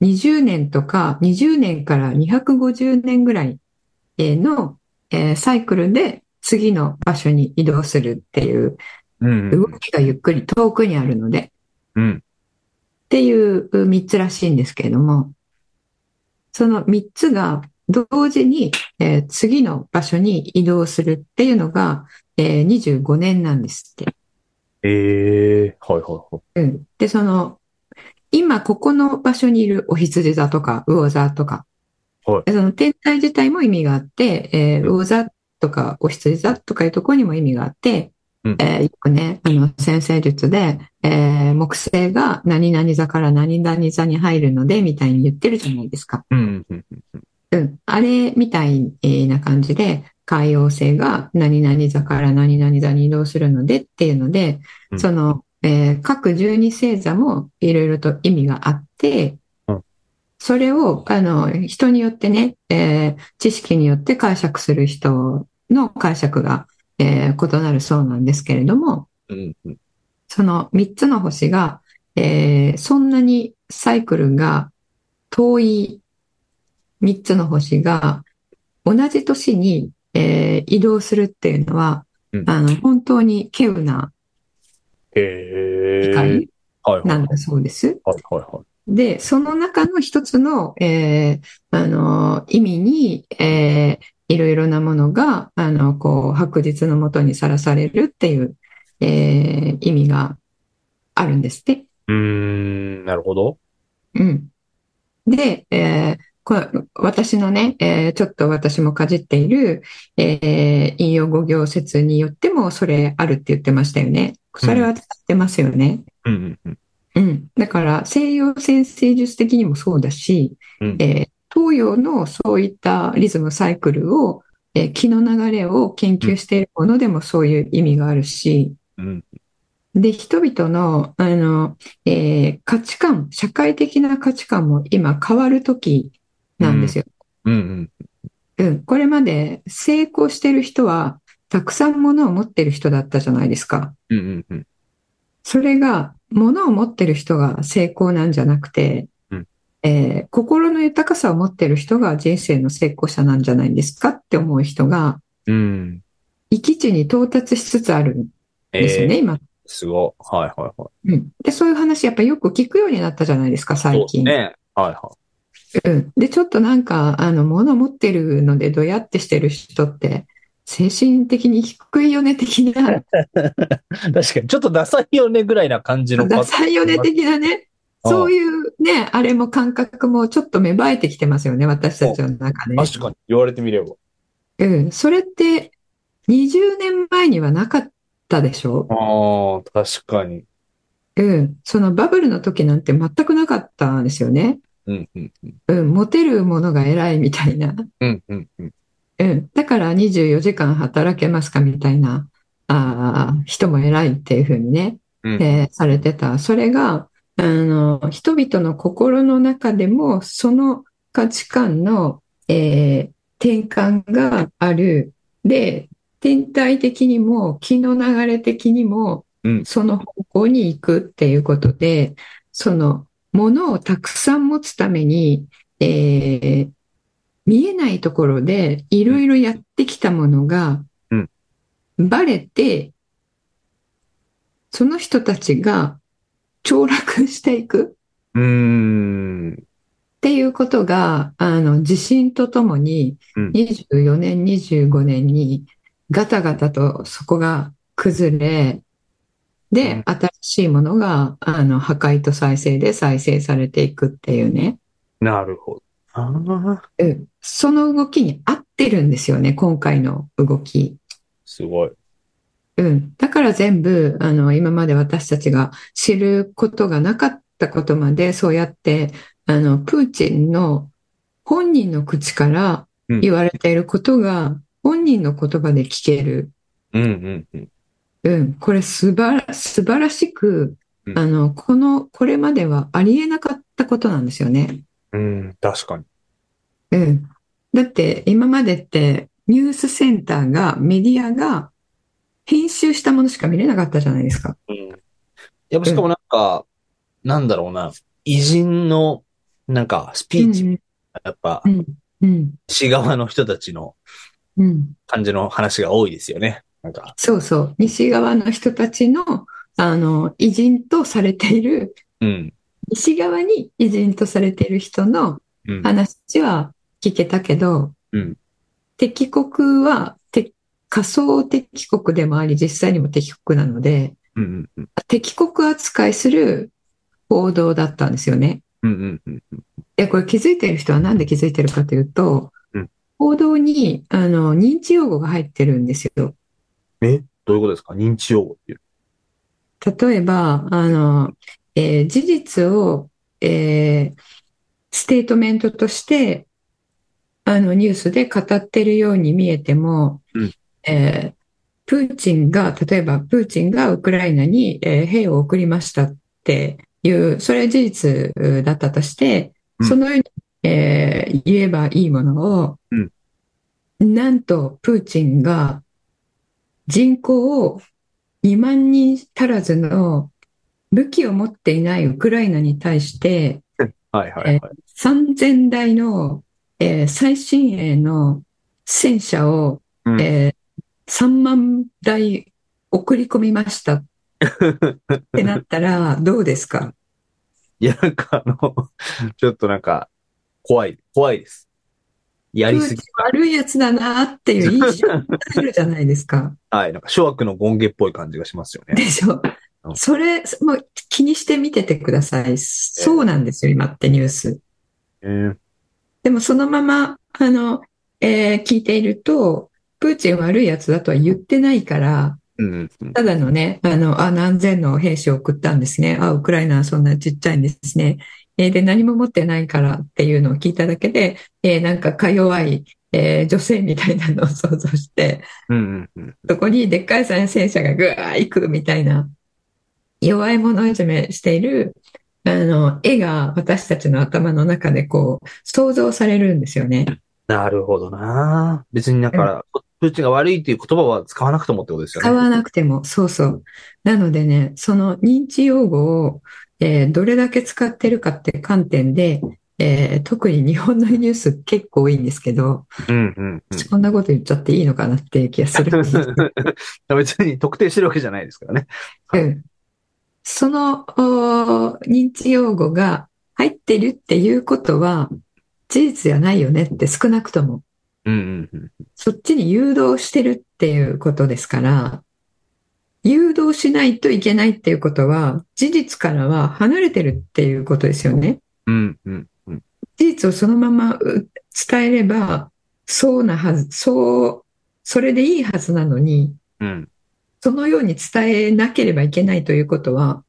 [SPEAKER 2] 20年とか、20年から250年ぐらいえーの、えーサイクルで次の場所に移動するっていう、
[SPEAKER 3] うん
[SPEAKER 2] 動きがゆっくり遠くにあるので、
[SPEAKER 3] うん。
[SPEAKER 2] っていう3つらしいんですけれども、その3つが同時に、えー次の場所に移動するっていうのが、えー25年なんですって。
[SPEAKER 3] ええはいはいはい。
[SPEAKER 2] うん。で、その、今ここの場所にいるお羊座とか魚座とか、
[SPEAKER 3] はい
[SPEAKER 2] でその天体自体も意味があって、えー魚座とかお羊座とかいうところにも意味があって、
[SPEAKER 3] うん
[SPEAKER 2] えーよくね、あの、先生術で、えー木星が何々座から何々座に入るので、みたいに言ってるじゃないですか。
[SPEAKER 3] うん、うん、うん。
[SPEAKER 2] うん。あれみたいな感じで、海王星が何々座から何々座に移動するのでっていうので
[SPEAKER 3] う、ん
[SPEAKER 2] その、えー各十二星座もいろいろと意味があって
[SPEAKER 3] うん、
[SPEAKER 2] それを、あの、人によってね、えー知識によって解釈する人の解釈が、えー異なるそうなんですけれども、
[SPEAKER 3] うん、うん。
[SPEAKER 2] その3つの星が、えーそんなにサイクルが遠い3つの星が同じ年に、えー移動するっていうのは、
[SPEAKER 3] うん
[SPEAKER 2] あの本当に稀有な機
[SPEAKER 3] ええ
[SPEAKER 2] 会
[SPEAKER 3] はいはい
[SPEAKER 2] な
[SPEAKER 3] は
[SPEAKER 2] ん
[SPEAKER 3] い
[SPEAKER 2] だそうです。
[SPEAKER 3] はいは
[SPEAKER 2] で、その中の一つの、えーあの、意味に、えーいろいろなものが、あの、こう、白日のもとにさらされるっていう、えー意味があるんですって。
[SPEAKER 3] い。うーん、なるほど。
[SPEAKER 2] うん。で、えーこ私のね、えーちょっと私もかじっている、えー引用語行説によってもそれあるって言ってましたよね。それは使ってますよね。
[SPEAKER 3] うん、うん、
[SPEAKER 2] うん。だから、西洋先生術的にもそうだし、
[SPEAKER 3] うん
[SPEAKER 2] えー東洋のそういったリズムサイクルを、えー気の流れを研究しているものでもそういう意味があるし、
[SPEAKER 3] うん。
[SPEAKER 2] で、人々の、あの、えー価値観、社会的な価値観も今変わる時なんですよ。
[SPEAKER 3] うん、うん。
[SPEAKER 2] うん。これまで成功してる人は、たくさん物を持ってる人だったじゃないですか。
[SPEAKER 3] うん、うん、うん。
[SPEAKER 2] それが、物を持ってる人が成功なんじゃなくて
[SPEAKER 3] うん、
[SPEAKER 2] えー心の豊かさを持ってる人が人生の成功者なんじゃないですかって思う人が、
[SPEAKER 3] うん。
[SPEAKER 2] 域地に到達しつつあるん
[SPEAKER 3] え
[SPEAKER 2] ですよね、今。
[SPEAKER 3] すごい。はいはいは
[SPEAKER 2] うん。で、そういう話やっぱよく聞くようになったじゃないですか、
[SPEAKER 3] い。
[SPEAKER 2] 最
[SPEAKER 3] そう
[SPEAKER 2] 近。
[SPEAKER 3] ね。はいは
[SPEAKER 2] うん。で、ちょっとなんか、あの、物持ってるので、どやってしてる人って、精神的に低いよね、的 な、
[SPEAKER 3] い。確かに、ちょっとダサいよねぐらいな感じの。
[SPEAKER 2] ダサいよね、的なね。
[SPEAKER 3] ああ
[SPEAKER 2] そういうね、あれも感覚もちょっと芽生えてきてますよね、私たちの中で。
[SPEAKER 3] 確かに、言われてみれば。
[SPEAKER 2] うん。それって、20年前にはなかったでしょ
[SPEAKER 3] ああ、確かに。
[SPEAKER 2] うん。そのバブルの時なんて全くなかったんですよね。
[SPEAKER 3] うん、うん、
[SPEAKER 2] うん。モテるものが偉いみたいな。
[SPEAKER 3] うん、うん、うん。
[SPEAKER 2] うん。だから24時間働けますかみたいな、あー人も偉いっていうふうにね、
[SPEAKER 3] うん
[SPEAKER 2] えーされてた。それが、あの、人々の心の中でも、その価値観の、えー転換がある。で、天体的にも、気の流れ的にも
[SPEAKER 3] うん、
[SPEAKER 2] その方向に行くっていうことで、その、ものをたくさん持つために、えー見えないところでいろいろやってきたものが
[SPEAKER 3] うん、
[SPEAKER 2] バレて、その人たちが凋落していく
[SPEAKER 3] うーん。
[SPEAKER 2] っていうことが、あの、地震とともに
[SPEAKER 3] うん、
[SPEAKER 2] 24年、25年に、ガタガタとそこが崩れ、
[SPEAKER 3] う
[SPEAKER 2] で
[SPEAKER 3] ん、
[SPEAKER 2] 新しいものが、あの、破壊と再生で再生されていくっていうね。
[SPEAKER 3] なるほど。ああ、
[SPEAKER 2] うん。その動きに合ってるんですよね、今回の動き。
[SPEAKER 3] すごい。
[SPEAKER 2] うん。だから全部、あの、今まで私たちが知ることがなかったことまで、そうやって、あの、プーチンの本人の口から
[SPEAKER 3] うん
[SPEAKER 2] 言われていることが、本人の言葉で聞ける。
[SPEAKER 3] うんうんうん。
[SPEAKER 2] うん。これ素晴ら、素晴らしく
[SPEAKER 3] う、ん
[SPEAKER 2] あの、この、これまではありえなかったことなんですよね。
[SPEAKER 3] うん、確かに。
[SPEAKER 2] うん。だって、今までって、ニュースセンターが、メディアが、編集したものしか見れなかったじゃないですか。
[SPEAKER 3] うん。やっぱしかもなんか、なんだろうな、偉人の、なんか、スピーチ、やっぱ
[SPEAKER 2] う、ん。うん。
[SPEAKER 3] 西側の人たちの
[SPEAKER 2] うん、
[SPEAKER 3] 感じの話が多いですよね。なんか、
[SPEAKER 2] そうそう。西側の人たちの、あの、偉人とされている、
[SPEAKER 3] うん。
[SPEAKER 2] 西側に偉人とされている人の
[SPEAKER 3] うん。
[SPEAKER 2] 話は聞けたけど、
[SPEAKER 3] うん
[SPEAKER 2] 敵国は、て仮想敵国でもあり、実際にも敵国なので、
[SPEAKER 3] うんうん
[SPEAKER 2] 敵国扱いする報道だったんですよね。
[SPEAKER 3] うんうんうん
[SPEAKER 2] いや、これ気づいてる人はなんで気づいてるかというと
[SPEAKER 3] うん、
[SPEAKER 2] 報道に、あの、認知用語が入ってるんですよ。
[SPEAKER 3] えどういうことですか認知用語っていう。
[SPEAKER 2] 例えば、あの、えー事実を、えーステートメントとして、あの、ニュースで語ってるように見えても、
[SPEAKER 3] うん
[SPEAKER 2] えープーチンが、例えば、プーチンがウクライナに、えー兵を送りましたっていう、それは事実だったとして
[SPEAKER 3] う、ん
[SPEAKER 2] そのように、えー言えばいいものを、
[SPEAKER 3] うん
[SPEAKER 2] なんと、プーチンが人口を2万人足らずの武器を持っていないウクライナに対して
[SPEAKER 3] はいはいはい。
[SPEAKER 2] 3000台の、えー最新鋭の戦車を、
[SPEAKER 3] うん
[SPEAKER 2] えー3万台送り込みましたってなったらどうですか
[SPEAKER 3] いや、なんかあの、 ちょっとなんか、怖い、怖いです。やりすぎ
[SPEAKER 2] プーチン悪いやつだなっていう印象があるじゃないです か。
[SPEAKER 3] はい、なんか、諸悪の権化っぽい感じがしますよ
[SPEAKER 2] で
[SPEAKER 3] ね。
[SPEAKER 2] しょ
[SPEAKER 3] う。ん
[SPEAKER 2] それ、もう気にしてみててください。そうなんですよ、今ってニュース。
[SPEAKER 3] うん
[SPEAKER 2] でもそのまま、あの、えー聞いていると、プーチン悪いやつだとは言ってないから、
[SPEAKER 3] うんうん。
[SPEAKER 2] ただのね、あの、あ、何千の兵士を送ったんですね。あ、ウクライナはそんなちっちゃいんですね。えーで、何も持ってないからっていうのを聞いただけで、えーなんかか弱い、えー女性みたいなのを想像して、
[SPEAKER 3] うんうんうん。
[SPEAKER 2] そこにでっかい戦車がぐわー行くみたいな、弱い者いじめしている、あの、絵が私たちの頭の中でこう、想像されるんですよね。
[SPEAKER 3] なるほどな別にだから、プーチンが悪いっていう言葉は使わなくてもってことですよね。
[SPEAKER 2] 使わなくても、そうそう。なのでね、その認知用語を、えーどれだけ使ってるかって観点で、えー特に日本のニュース結構多いんですけど、
[SPEAKER 3] うんうんうん。
[SPEAKER 2] こんなこと言っちゃっていいのかなっていう気がする。
[SPEAKER 3] 別に特定してるわけじゃないですからね。
[SPEAKER 2] うん、そのおー認知用語が入ってるっていうことは、事実じゃないよねって少なくとも、
[SPEAKER 3] うんうん
[SPEAKER 2] そっちに誘導してるっていうことですから、誘導しないといけないっていうことは、事実からは離れてるっていうことですよね。
[SPEAKER 3] うん。うんうん。
[SPEAKER 2] 事実をそのままう伝えれば、そうなはず、そう、それでいいはずなのに、
[SPEAKER 3] うん。
[SPEAKER 2] そのように伝えなければいけないということは、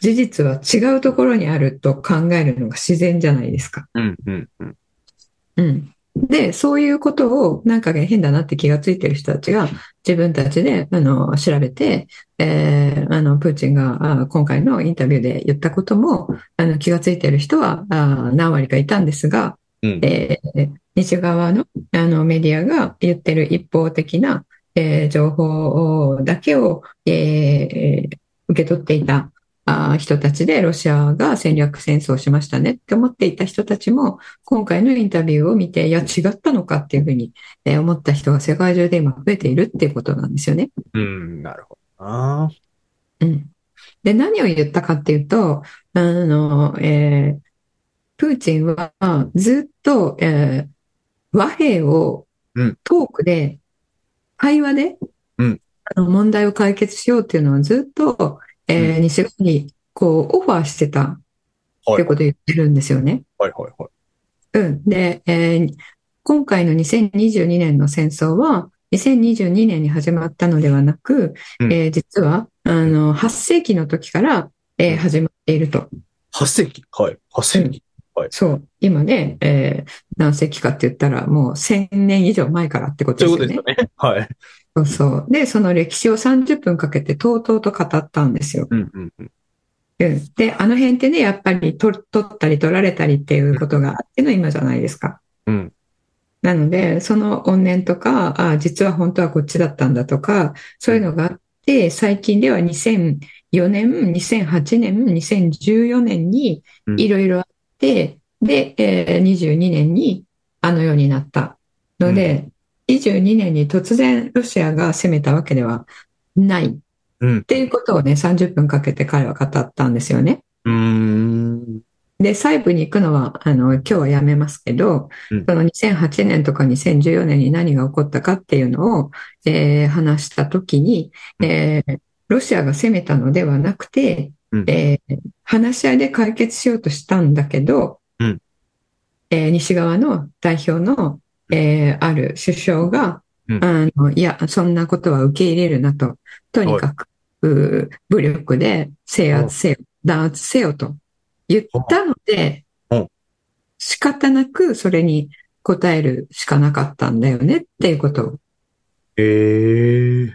[SPEAKER 2] 事実は違うところにあると考えるのが自然じゃないですか。
[SPEAKER 3] うんうんうん。
[SPEAKER 2] うん。で、そういうことをなんか変だなって気がついてる人たちが自分たちであの調べて、えーあのプーチンがあ今回のインタビューで言ったこともあの気がついてる人はあ何割かいたんですが、
[SPEAKER 3] うん
[SPEAKER 2] えー西側のあのメディアが言ってる一方的な、えー情報だけを、えーえー受け取っていたあー人たちでロシアが戦略戦争をしましたねって思っていた人たちも今回のインタビューを見ていや違ったのかっていうふうにえー思った人が世界中で今増えているっていうことなんですよね。
[SPEAKER 3] うん、なるほどな
[SPEAKER 2] うん。で、何を言ったかっていうと、あの、えープーチンはずっと、えー和平を
[SPEAKER 3] うん
[SPEAKER 2] トークで、会話で、
[SPEAKER 3] うん
[SPEAKER 2] あの問題を解決しようっていうのはずっと、えー西側にこうオファーしてたっていうことを言ってるんですよね。
[SPEAKER 3] はいはいはい。
[SPEAKER 2] うん。で、えー今回の2022年の戦争は、2022年に始まったのではなく、
[SPEAKER 3] うん
[SPEAKER 2] えー実は、あの、8世紀の時から、えー始まっていると。
[SPEAKER 3] 8世紀はい。8世紀
[SPEAKER 2] そう。今ね、えー何世紀かって言ったら、もう1000年以上前からってこと
[SPEAKER 3] と
[SPEAKER 2] で
[SPEAKER 3] いう
[SPEAKER 2] す
[SPEAKER 3] こ
[SPEAKER 2] よ
[SPEAKER 3] とです
[SPEAKER 2] ね
[SPEAKER 3] よ。ね。はい。
[SPEAKER 2] そうそう。で、その歴史を30分かけてとうとうと語ったんですよ。
[SPEAKER 3] うんうんうん。
[SPEAKER 2] うん。で、あの辺ってね、やっぱり取取ったり取られたりっていうことがあっての今じゃないですか。
[SPEAKER 3] うん。
[SPEAKER 2] なので、その怨念とか、ああ、実は本当はこっちだったんだとか、そういうのがあって、最近では2004年、2008年、2014年に
[SPEAKER 3] うん
[SPEAKER 2] いろいろあって、で、えー22年にあのようになったので、22年に突然ロシアが攻めたわけではないっ
[SPEAKER 3] うん。
[SPEAKER 2] ていうことをね、30分かけて彼は語ったんですよね。
[SPEAKER 3] うーん。
[SPEAKER 2] で、細部に行くのは、あの、今日はやめますけど、
[SPEAKER 3] うん
[SPEAKER 2] その2008年とか2014年に何が起こったかっていうのを、えー話したときに、えーロシアが攻めたのではなくて、
[SPEAKER 3] うん
[SPEAKER 2] えー話し合いで解決しようとしたんだけど、
[SPEAKER 3] うん
[SPEAKER 2] えー西側の代表の、えーある首相が、
[SPEAKER 3] うん
[SPEAKER 2] あの、いや、そんなことは受け入れるなと、とにかく、うー武力で制圧せよ、弾圧せよと言ったので
[SPEAKER 3] うん、
[SPEAKER 2] 仕方なくそれに答えるしかなかったんだよねっていうことを。
[SPEAKER 3] ええー。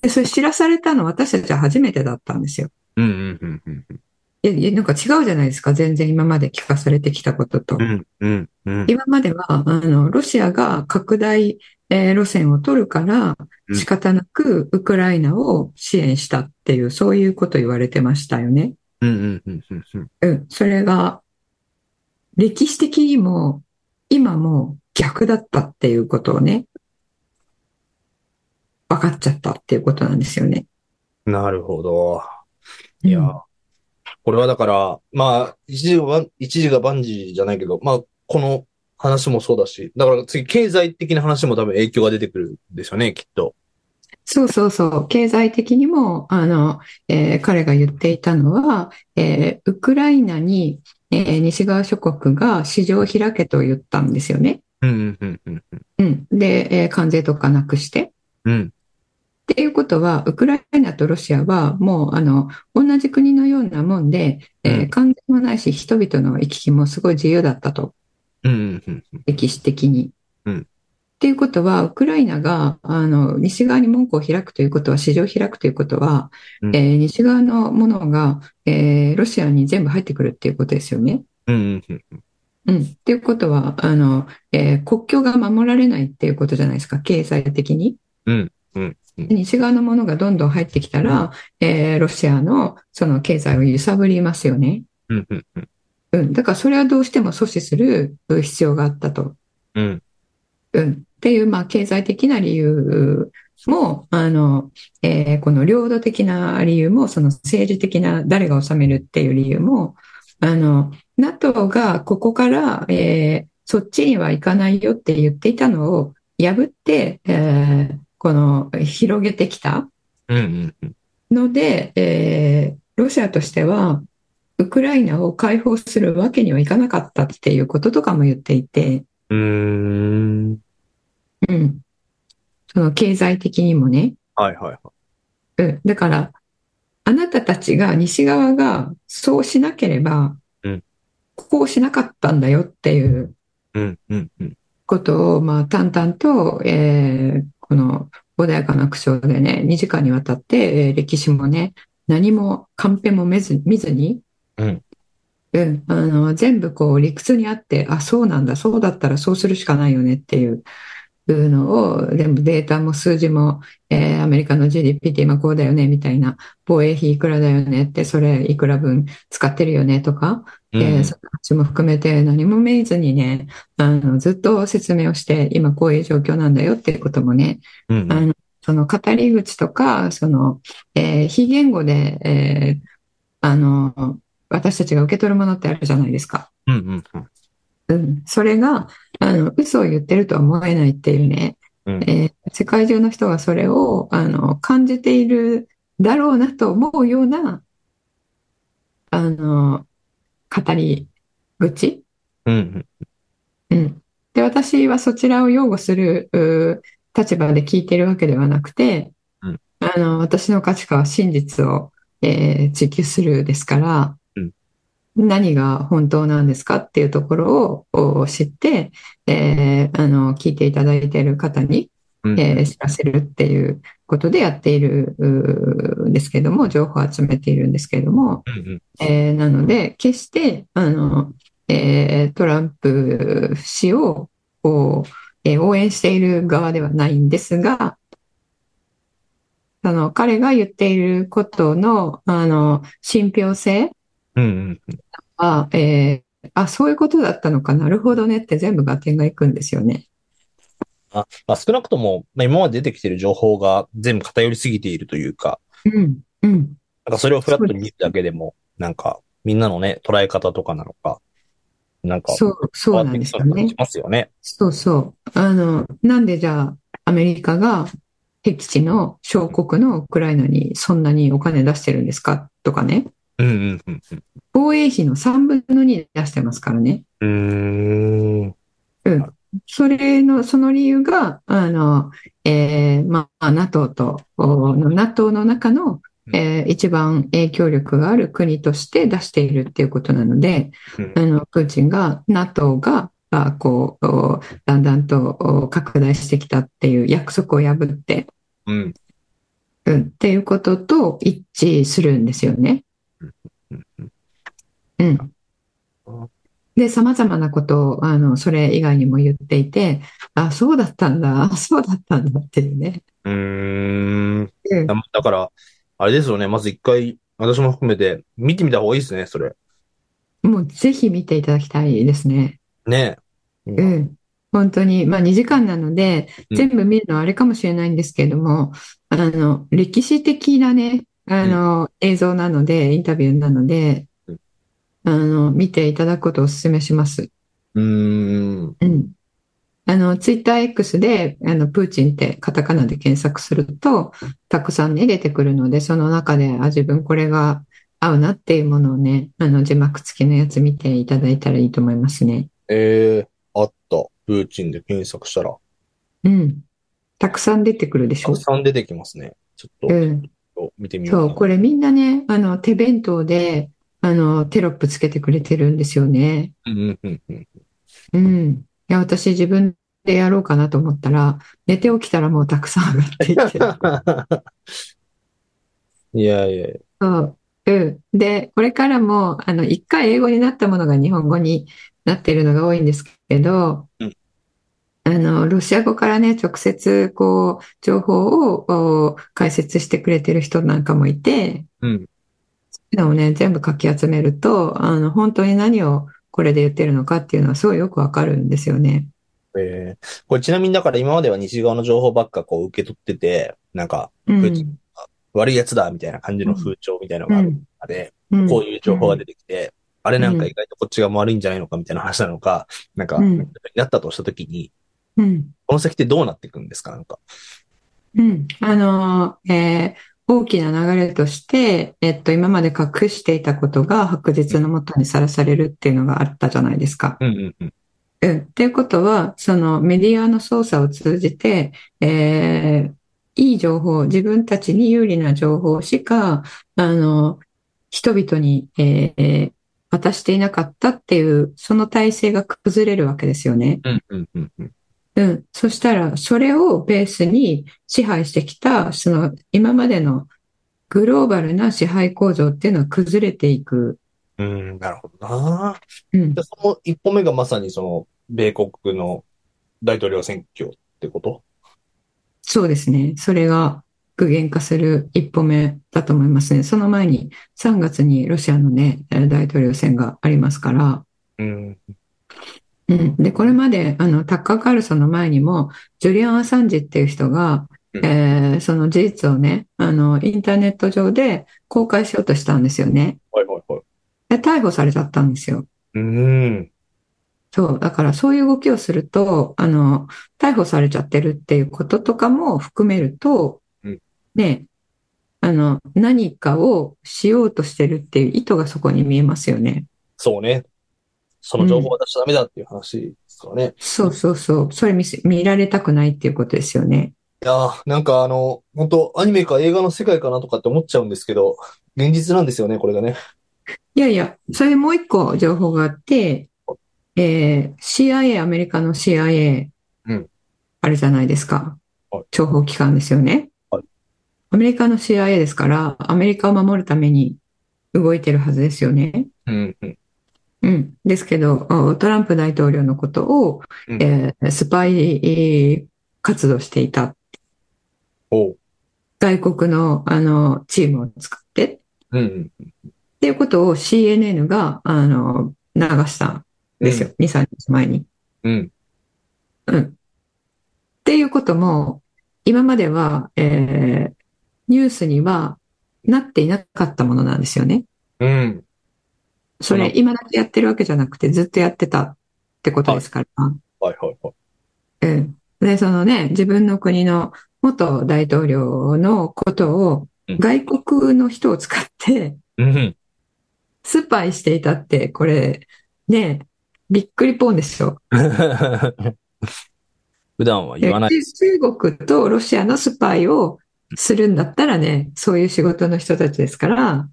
[SPEAKER 2] で、それ知らされたの私たちは初めてだったんですよ。
[SPEAKER 3] うんうんうんうん
[SPEAKER 2] いやいや、なんか違うじゃないですか。全然今まで聞かされてきたことと
[SPEAKER 3] う。ん。うんうんうん。
[SPEAKER 2] 今までは、あの、ロシアが拡大、えー路線を取るから、
[SPEAKER 3] うん
[SPEAKER 2] 仕方なくウクライナを支援したっていう、そういうこと言われてましたよね。
[SPEAKER 3] うんうんうんうんうん。
[SPEAKER 2] うん、それが、歴史的にも、今も逆だったっていうことをね、分かっちゃったっていうことなんですよね。
[SPEAKER 3] なるほど。いや
[SPEAKER 2] うん、
[SPEAKER 3] これはだから、まあ、一時が万、一時が万事じゃないけど、まあ、この話もそうだし、だから次、経済的な話も多分影響が出てくるんですよね、きっと。
[SPEAKER 2] そうそうそう。経済的にも、あの、えー彼が言っていたのは、えーウクライナに、えー西側諸国が市場を開けと言ったんですよね。
[SPEAKER 3] うんうんうんうん
[SPEAKER 2] うん。で、えー関税とかなくして。
[SPEAKER 3] うん。
[SPEAKER 2] っていうことは、ウクライナとロシアはもうあの同じ国のようなもんで、えー
[SPEAKER 3] うん
[SPEAKER 2] 関税もないし、人々の行き来もすごい自由だったと、
[SPEAKER 3] うんうんうんうん。
[SPEAKER 2] 歴史的に。
[SPEAKER 3] うん
[SPEAKER 2] っていうことは、ウクライナがあの西側に門戸を開くということは、市場を開くということは、
[SPEAKER 3] うん
[SPEAKER 2] えー西側のものが、えーロシアに全部入ってくるっていうことですよね。
[SPEAKER 3] うんうんうん。
[SPEAKER 2] うん、っていうことはあの、えー国境が守られないっていうことじゃないですか、経済的に。
[SPEAKER 3] うんうんうん
[SPEAKER 2] 西側のものがどんどん入ってきたら、えーロシアのその経済を揺さぶりますよね。
[SPEAKER 3] うんうんうん
[SPEAKER 2] うん、だからそれはどうしても阻止するうん必要があったと。
[SPEAKER 3] うん。
[SPEAKER 2] うん、っていう、まあ、経済的な理由も、あの、えーこの領土的な理由も、その政治的な誰が治めるっていう理由も、あの、NATO がここから、えーそっちには行かないよって言っていたのを破って、えーこの広げてきた。
[SPEAKER 3] うんうんうん。
[SPEAKER 2] ので、えーロシアとしては、ウクライナを解放するわけにはいかなかったっていうこととかも言っていて、
[SPEAKER 3] うーん。
[SPEAKER 2] うん。その経済的にもね。
[SPEAKER 3] はいはいはい。
[SPEAKER 2] うん。だから、あなたたちが、西側がそうしなければ
[SPEAKER 3] うん、
[SPEAKER 2] こうしなかったんだよっていう
[SPEAKER 3] うんうんうん。
[SPEAKER 2] ことを、まあ、淡々と、えーこの穏やかな苦笑でね、2時間にわたって、えー歴史もね、何もカンペも見ず見ずに、
[SPEAKER 3] うん
[SPEAKER 2] うんあの、全部こう理屈にあって、あ、そうなんだ、そうだったらそうするしかないよねっていう。いうのを全部データも数字も、えーアメリカの GDP って今こうだよねみたいな防衛費いくらだよねってそれいくら分使ってるよねとか、
[SPEAKER 3] うん
[SPEAKER 2] えーその話も含めて何も見ずにねあのずっと説明をして今こういう状況なんだよっていうこともね
[SPEAKER 3] うんうん
[SPEAKER 2] あのその語り口とか、その、えー非言語で、えーあの、私たちが受け取るものってあるじゃないですか。
[SPEAKER 3] うんうんうん。
[SPEAKER 2] うん。それが、あの、嘘を言ってるとは思えないっていうね、
[SPEAKER 3] うん
[SPEAKER 2] えー世界中の人がそれを、あの、感じているだろうなと思うような、あの、語り口
[SPEAKER 3] うんうん。
[SPEAKER 2] うん。で、私はそちらを擁護するうー立場で聞いてるわけではなくて
[SPEAKER 3] うん、
[SPEAKER 2] あの、私の価値観は真実を、えー追求するですから
[SPEAKER 3] うん、
[SPEAKER 2] 何が本当なんですかっていうところをお知って、えーあの、聞いていただいている方に、
[SPEAKER 3] うん
[SPEAKER 2] えー知らせるっていうことでやっているうーですけども、情報を集めているんですけども、
[SPEAKER 3] うん
[SPEAKER 2] えーなので、決して、あの、えートランプ氏を、こう、えー応援している側ではないんですが、あの、彼が言っていることの、あの、信憑性
[SPEAKER 3] うん。うん
[SPEAKER 2] は、えーあ、そういうことだったのか、なるほどねって全部合点がいくんですよね。
[SPEAKER 3] あまあ、少なくとも、まあ、今まで出てきている情報が全部偏りすぎているというか、
[SPEAKER 2] うん、うん。
[SPEAKER 3] なんかそれをフラットに見るだけでも、なんか、みんなのね、捉え方とかなのか、なんか、
[SPEAKER 2] そう、そうなんですよね
[SPEAKER 3] 変わってきそうな感じ。しますよね。
[SPEAKER 2] そうそう。あの、なんでじゃあ、アメリカが敵地の小国のウクライナにそんなにお金出してるんですかとかね。
[SPEAKER 3] うんうんうんうん。
[SPEAKER 2] 防衛費の3分の2出してますからね。
[SPEAKER 3] うーん。
[SPEAKER 2] うん。それの、その理由が、あの、えーまあ、NATO と、おの NATO の中の、えー一番影響力がある国として出しているっていうことなので、
[SPEAKER 3] うん
[SPEAKER 2] あの、プーチンが、NATO が、あこう、おだんだんとお拡大してきたっていう約束を破って、
[SPEAKER 3] うん。
[SPEAKER 2] うん、っていうことと一致するんですよね。うん。で、様々なことを、あの、それ以外にも言っていて、あ、そうだったんだ、あそうだったんだっていうね。
[SPEAKER 3] うーん。
[SPEAKER 2] うん
[SPEAKER 3] だだから、あれですよね。まず一回、私も含めて、見てみた方がいいですね、それ。
[SPEAKER 2] もうぜひ見ていただきたいですね。
[SPEAKER 3] ねえ。
[SPEAKER 2] う。ん。本当に、まあ2時間なので、
[SPEAKER 3] うん
[SPEAKER 2] 全部見るのはあれかもしれないんですけれども、あの、歴史的なね、あの、映像なので、インタビューなので
[SPEAKER 3] うん、
[SPEAKER 2] あの、見ていただくことをお勧めします。
[SPEAKER 3] うーん。
[SPEAKER 2] うん。あの、ツイッター X で、あの、プーチンってカタカナで検索すると、たくさんね、出てくるので、その中で、あ、自分これが合うなっていうものをね、あの、字幕付きのやつ見ていただいたらいいと思いますね。
[SPEAKER 3] ええあった。プーチンで検索したら、
[SPEAKER 2] うん。たくさん出てくるでしたょ
[SPEAKER 3] く。さん出てきますね。ちょっ
[SPEAKER 2] うん。
[SPEAKER 3] と、見てみよ
[SPEAKER 2] そうう、こ
[SPEAKER 3] れ。
[SPEAKER 2] れみんなね、あの、手弁当で、あの、テロップつけてくれてるんですよね。
[SPEAKER 3] うんうんうんうん。
[SPEAKER 2] うん。いや、私自分でやろうかなと思ったら、寝て起きたらもうたくさん上がってい て。
[SPEAKER 3] いやいやいや
[SPEAKER 2] そう。うん。で、これからも、あの、一回英語になったものが日本語になっているのが多いんですけど
[SPEAKER 3] うん、
[SPEAKER 2] あの、ロシア語からね、直接、こう、情報を、お解説してくれてる人なんかもいて、
[SPEAKER 3] うん。
[SPEAKER 2] そういうのをね、全部かき集めると、あの、本当に何をこれで言ってるのかっていうのはすごいよくわかるんですよね。
[SPEAKER 3] ええこれちなみにだから今までは西側の情報ばっかこう受け取ってて、なんか
[SPEAKER 2] う
[SPEAKER 3] プーチ
[SPEAKER 2] ん。
[SPEAKER 3] ン悪いやつだみたいな感じの風潮みたいなの
[SPEAKER 2] う
[SPEAKER 3] がある
[SPEAKER 2] ん。
[SPEAKER 3] 中で、
[SPEAKER 2] うん。
[SPEAKER 3] こういう情報が出てきて、あれなんか意外とこっちが悪いんじゃないのかみたいな話なのか、なんか、
[SPEAKER 2] うん
[SPEAKER 3] なったとしたときに、
[SPEAKER 2] うん。
[SPEAKER 3] この先ってどうなっていくんですかなんか。
[SPEAKER 2] うん。あの、えー大きな流れとして、えっと、今まで隠していたことが白日のもとにさらされるっていうのがあったじゃないですか。
[SPEAKER 3] うんうんうん。
[SPEAKER 2] うん。っていうことは、そのメディアの操作を通じて、えーいい情報、自分たちに有利な情報しか、あの、人々に、えーえー渡していなかったっていう、その体制が崩れるわけですよね。
[SPEAKER 3] うんうんうんうん。
[SPEAKER 2] うん。そしたら、それをベースに支配してきた、その、今までのグローバルな支配構造っていうのは崩れていく。
[SPEAKER 3] うん、なるほどな。
[SPEAKER 2] うん
[SPEAKER 3] で、。その一歩目がまさにその、米国の大統領選挙ってこと
[SPEAKER 2] そうですね。それが具現化する一歩目だと思いますね。その前に、3月にロシアのね、えー大統領選がありますから。
[SPEAKER 3] うん。
[SPEAKER 2] うん。で、これまで、あの、タッカー・カールソンの前にも、ジュリアン・アサンジっていう人が、
[SPEAKER 3] うん
[SPEAKER 2] えーその事実をね、あの、インターネット上で公開しようとしたんですよね。
[SPEAKER 3] はいはいはい。
[SPEAKER 2] で逮捕されちゃったんですよ。
[SPEAKER 3] うん。
[SPEAKER 2] そう、だからそういう動きをすると、あの、逮捕されちゃってるっていうこととかも含めると
[SPEAKER 3] うん、
[SPEAKER 2] ね、あの、何かをしようとしてるっていう意図がそこに見えますよね。
[SPEAKER 3] そうね。その情報は出しちゃダメだっていう話ですからね。い
[SPEAKER 2] そうそうそう。それ見せ、見られたくないっていうことですよね。
[SPEAKER 3] やーなんかあの、本当アニメか映画の世界かなとかって思っちゃうんですけど、現実なんですよね、これがね。
[SPEAKER 2] いやいや、それもう一個情報があって、えー CIA、アメリカの CIA
[SPEAKER 3] うん、
[SPEAKER 2] あれじゃないですか
[SPEAKER 3] はい。
[SPEAKER 2] 諜報機関ですよね
[SPEAKER 3] はい。
[SPEAKER 2] アメリカの CIA ですから、アメリカを守るために動いてるはずですよね。
[SPEAKER 3] うん、うん。
[SPEAKER 2] うん。ですけど、おトランプ大統領のことを、
[SPEAKER 3] うん
[SPEAKER 2] えースパイえー活動していた
[SPEAKER 3] おう。
[SPEAKER 2] 外国の、あの、チームを使ってっ
[SPEAKER 3] うんうん。
[SPEAKER 2] ていうことを CNN が、あの、流したんですよ。2、3日前に。
[SPEAKER 3] うん。
[SPEAKER 2] うん。っていうことも、今までは、えーニュースにはなっていなかったものなんですよね。
[SPEAKER 3] うん。
[SPEAKER 2] そ
[SPEAKER 3] あ
[SPEAKER 2] れ
[SPEAKER 3] の、
[SPEAKER 2] 今だけやってるわけじゃなくて、ずっとやってたってことですから。
[SPEAKER 3] はいはいはい。
[SPEAKER 2] うん。で、そのね、自分の国の元大統領のことを
[SPEAKER 3] うん、
[SPEAKER 2] 外国の人を使って、
[SPEAKER 3] うん。
[SPEAKER 2] スパイしていたって、これ、ね、びっくりポンでしょ。
[SPEAKER 3] 普段は言わない。
[SPEAKER 2] で中国とロシアのスパイをするんだったらね、そういう仕事の人たちですから、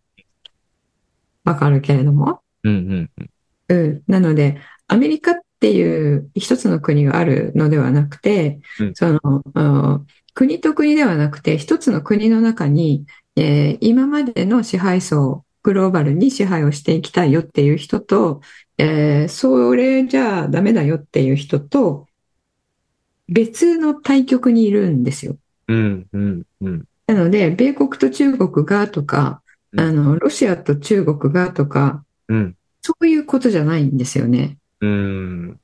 [SPEAKER 2] わかるけれども。
[SPEAKER 3] うんうん。
[SPEAKER 2] うん。なので、アメリカっていう一つの国があるのではなくて、
[SPEAKER 3] うん
[SPEAKER 2] その、うん国と国ではなくて、一つの国の中に、えー今までの支配層、グローバルに支配をしていきたいよっていう人と、えーそれじゃダメだよっていう人と、別の対極にいるんですよ。
[SPEAKER 3] うんうんうん。
[SPEAKER 2] なので、米国と中国がとか、
[SPEAKER 3] うん
[SPEAKER 2] あの、ロシアと中国がとか、
[SPEAKER 3] うん。
[SPEAKER 2] そういうことじゃないんですよね。
[SPEAKER 3] うん。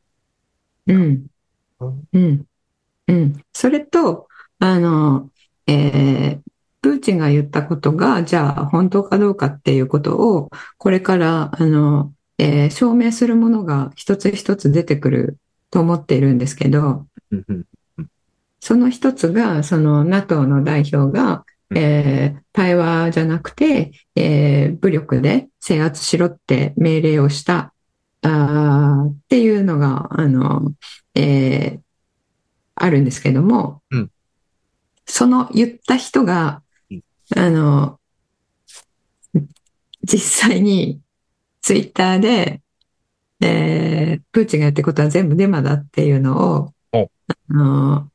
[SPEAKER 2] うん。
[SPEAKER 3] うん
[SPEAKER 2] うん。うん。それと、あの、えープーチンが言ったことが、じゃあ本当かどうかっていうことを、これから、あの、えー証明するものが一つ一つ出てくると思っているんですけど、
[SPEAKER 3] うんうん。
[SPEAKER 2] その一つが、その NATO の代表が、
[SPEAKER 3] うん
[SPEAKER 2] えー対話じゃなくて、えー武力で制圧しろって命令をした、あーっていうのが、あの、えーあるんですけども
[SPEAKER 3] うん、
[SPEAKER 2] その言った人が
[SPEAKER 3] うん、
[SPEAKER 2] あの、実際にツイッターで、えープーチンがやってることは全部デマだっていうのを、あの、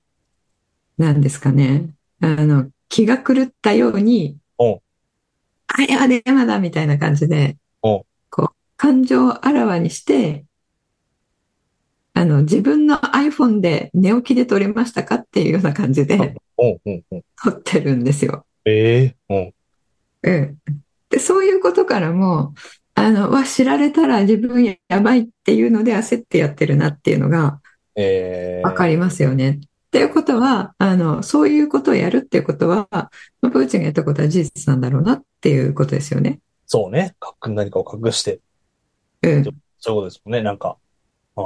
[SPEAKER 2] なんですかね。あの、気が狂ったように
[SPEAKER 3] お、
[SPEAKER 2] あれはデマだみたいな感じで、
[SPEAKER 3] お
[SPEAKER 2] こう、感情をあらわにして、あの、自分の iPhone で寝起きで撮りましたかっていうような感じで
[SPEAKER 3] おうおうおう。
[SPEAKER 2] 撮ってるんですよ。
[SPEAKER 3] ええおう。
[SPEAKER 2] うん。で、そういうことからも、あの、わ、知られたら自分やばいっていうので焦ってやってるなっていうのが、
[SPEAKER 3] ええ
[SPEAKER 2] わかりますよね。っていうことは、あの、そういうことをやるっていうことは、まあプーチンがやったことは事実なんだろうなっていうことですよね。
[SPEAKER 3] そうね。隠何かを隠して、
[SPEAKER 2] うん。
[SPEAKER 3] そういうことですもんね。なんか。ああ。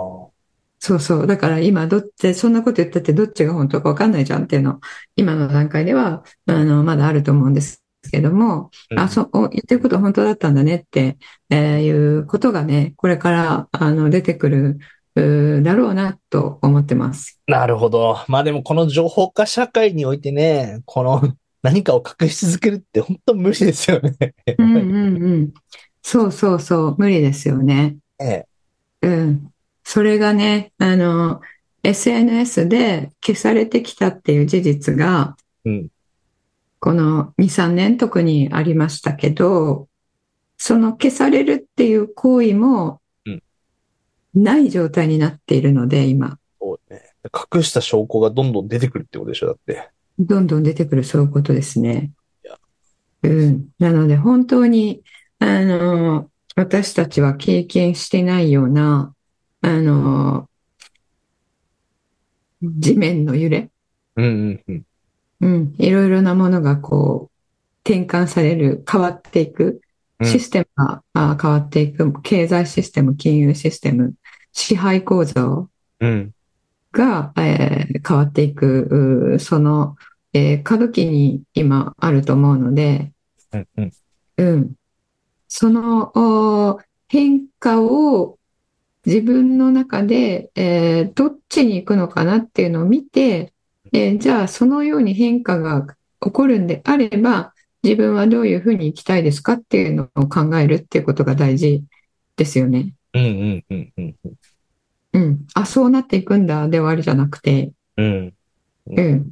[SPEAKER 2] そうそう。だから今、どっち、そんなこと言ったってどっちが本当かわかんないじゃんっていうの、今の段階では、あの、まだあると思うんですけども、
[SPEAKER 3] うん
[SPEAKER 2] あ、そう、お言ってること本当だったんだねって、えーいうことがね、これから、あの、出てくる、うーだろうなと思ってます。
[SPEAKER 3] なるほど。まあでもこの情報化社会においてね、この 何かを隠し続けるって本当無理ですよね。
[SPEAKER 2] うんうんうん。そうそうそう。無理ですよね。
[SPEAKER 3] ええ
[SPEAKER 2] うん。それがね、あの、SNS で消されてきたっていう事実が、
[SPEAKER 3] うん。
[SPEAKER 2] この2、3年特にありましたけど、その消されるっていう行為も
[SPEAKER 3] うん、
[SPEAKER 2] ない状態になっているので、今、
[SPEAKER 3] そうね。隠した証拠がどんどん出てくるってことでしょ、だって。
[SPEAKER 2] どんどん出てくるそういうことですね
[SPEAKER 3] いや。
[SPEAKER 2] うん。なので、本当に、あの、私たちは経験してないような、あの、地面の揺れ。
[SPEAKER 3] うんうんうん。
[SPEAKER 2] うん、いろいろなものがこう、転換される、変わっていく、
[SPEAKER 3] うん
[SPEAKER 2] システムが、あ変わっていく、経済システム、金融システム、支配構造
[SPEAKER 3] うん。
[SPEAKER 2] が、えー変わっていく、うーその、えー過渡期に今あると思うので、
[SPEAKER 3] うん。うん。
[SPEAKER 2] うん。その、おー変化を自分の中で、えーどっちに行くのかなっていうのを見て、えーじゃあそのように変化が起こるんであれば、自分はどういうふうに行きたいですかっていうのを考えるっていうことが大事ですよね。
[SPEAKER 3] うん。うん。うん。うん。
[SPEAKER 2] うん。あ、そうなっていくんだで終わりじゃなくて、
[SPEAKER 3] うん。
[SPEAKER 2] うん。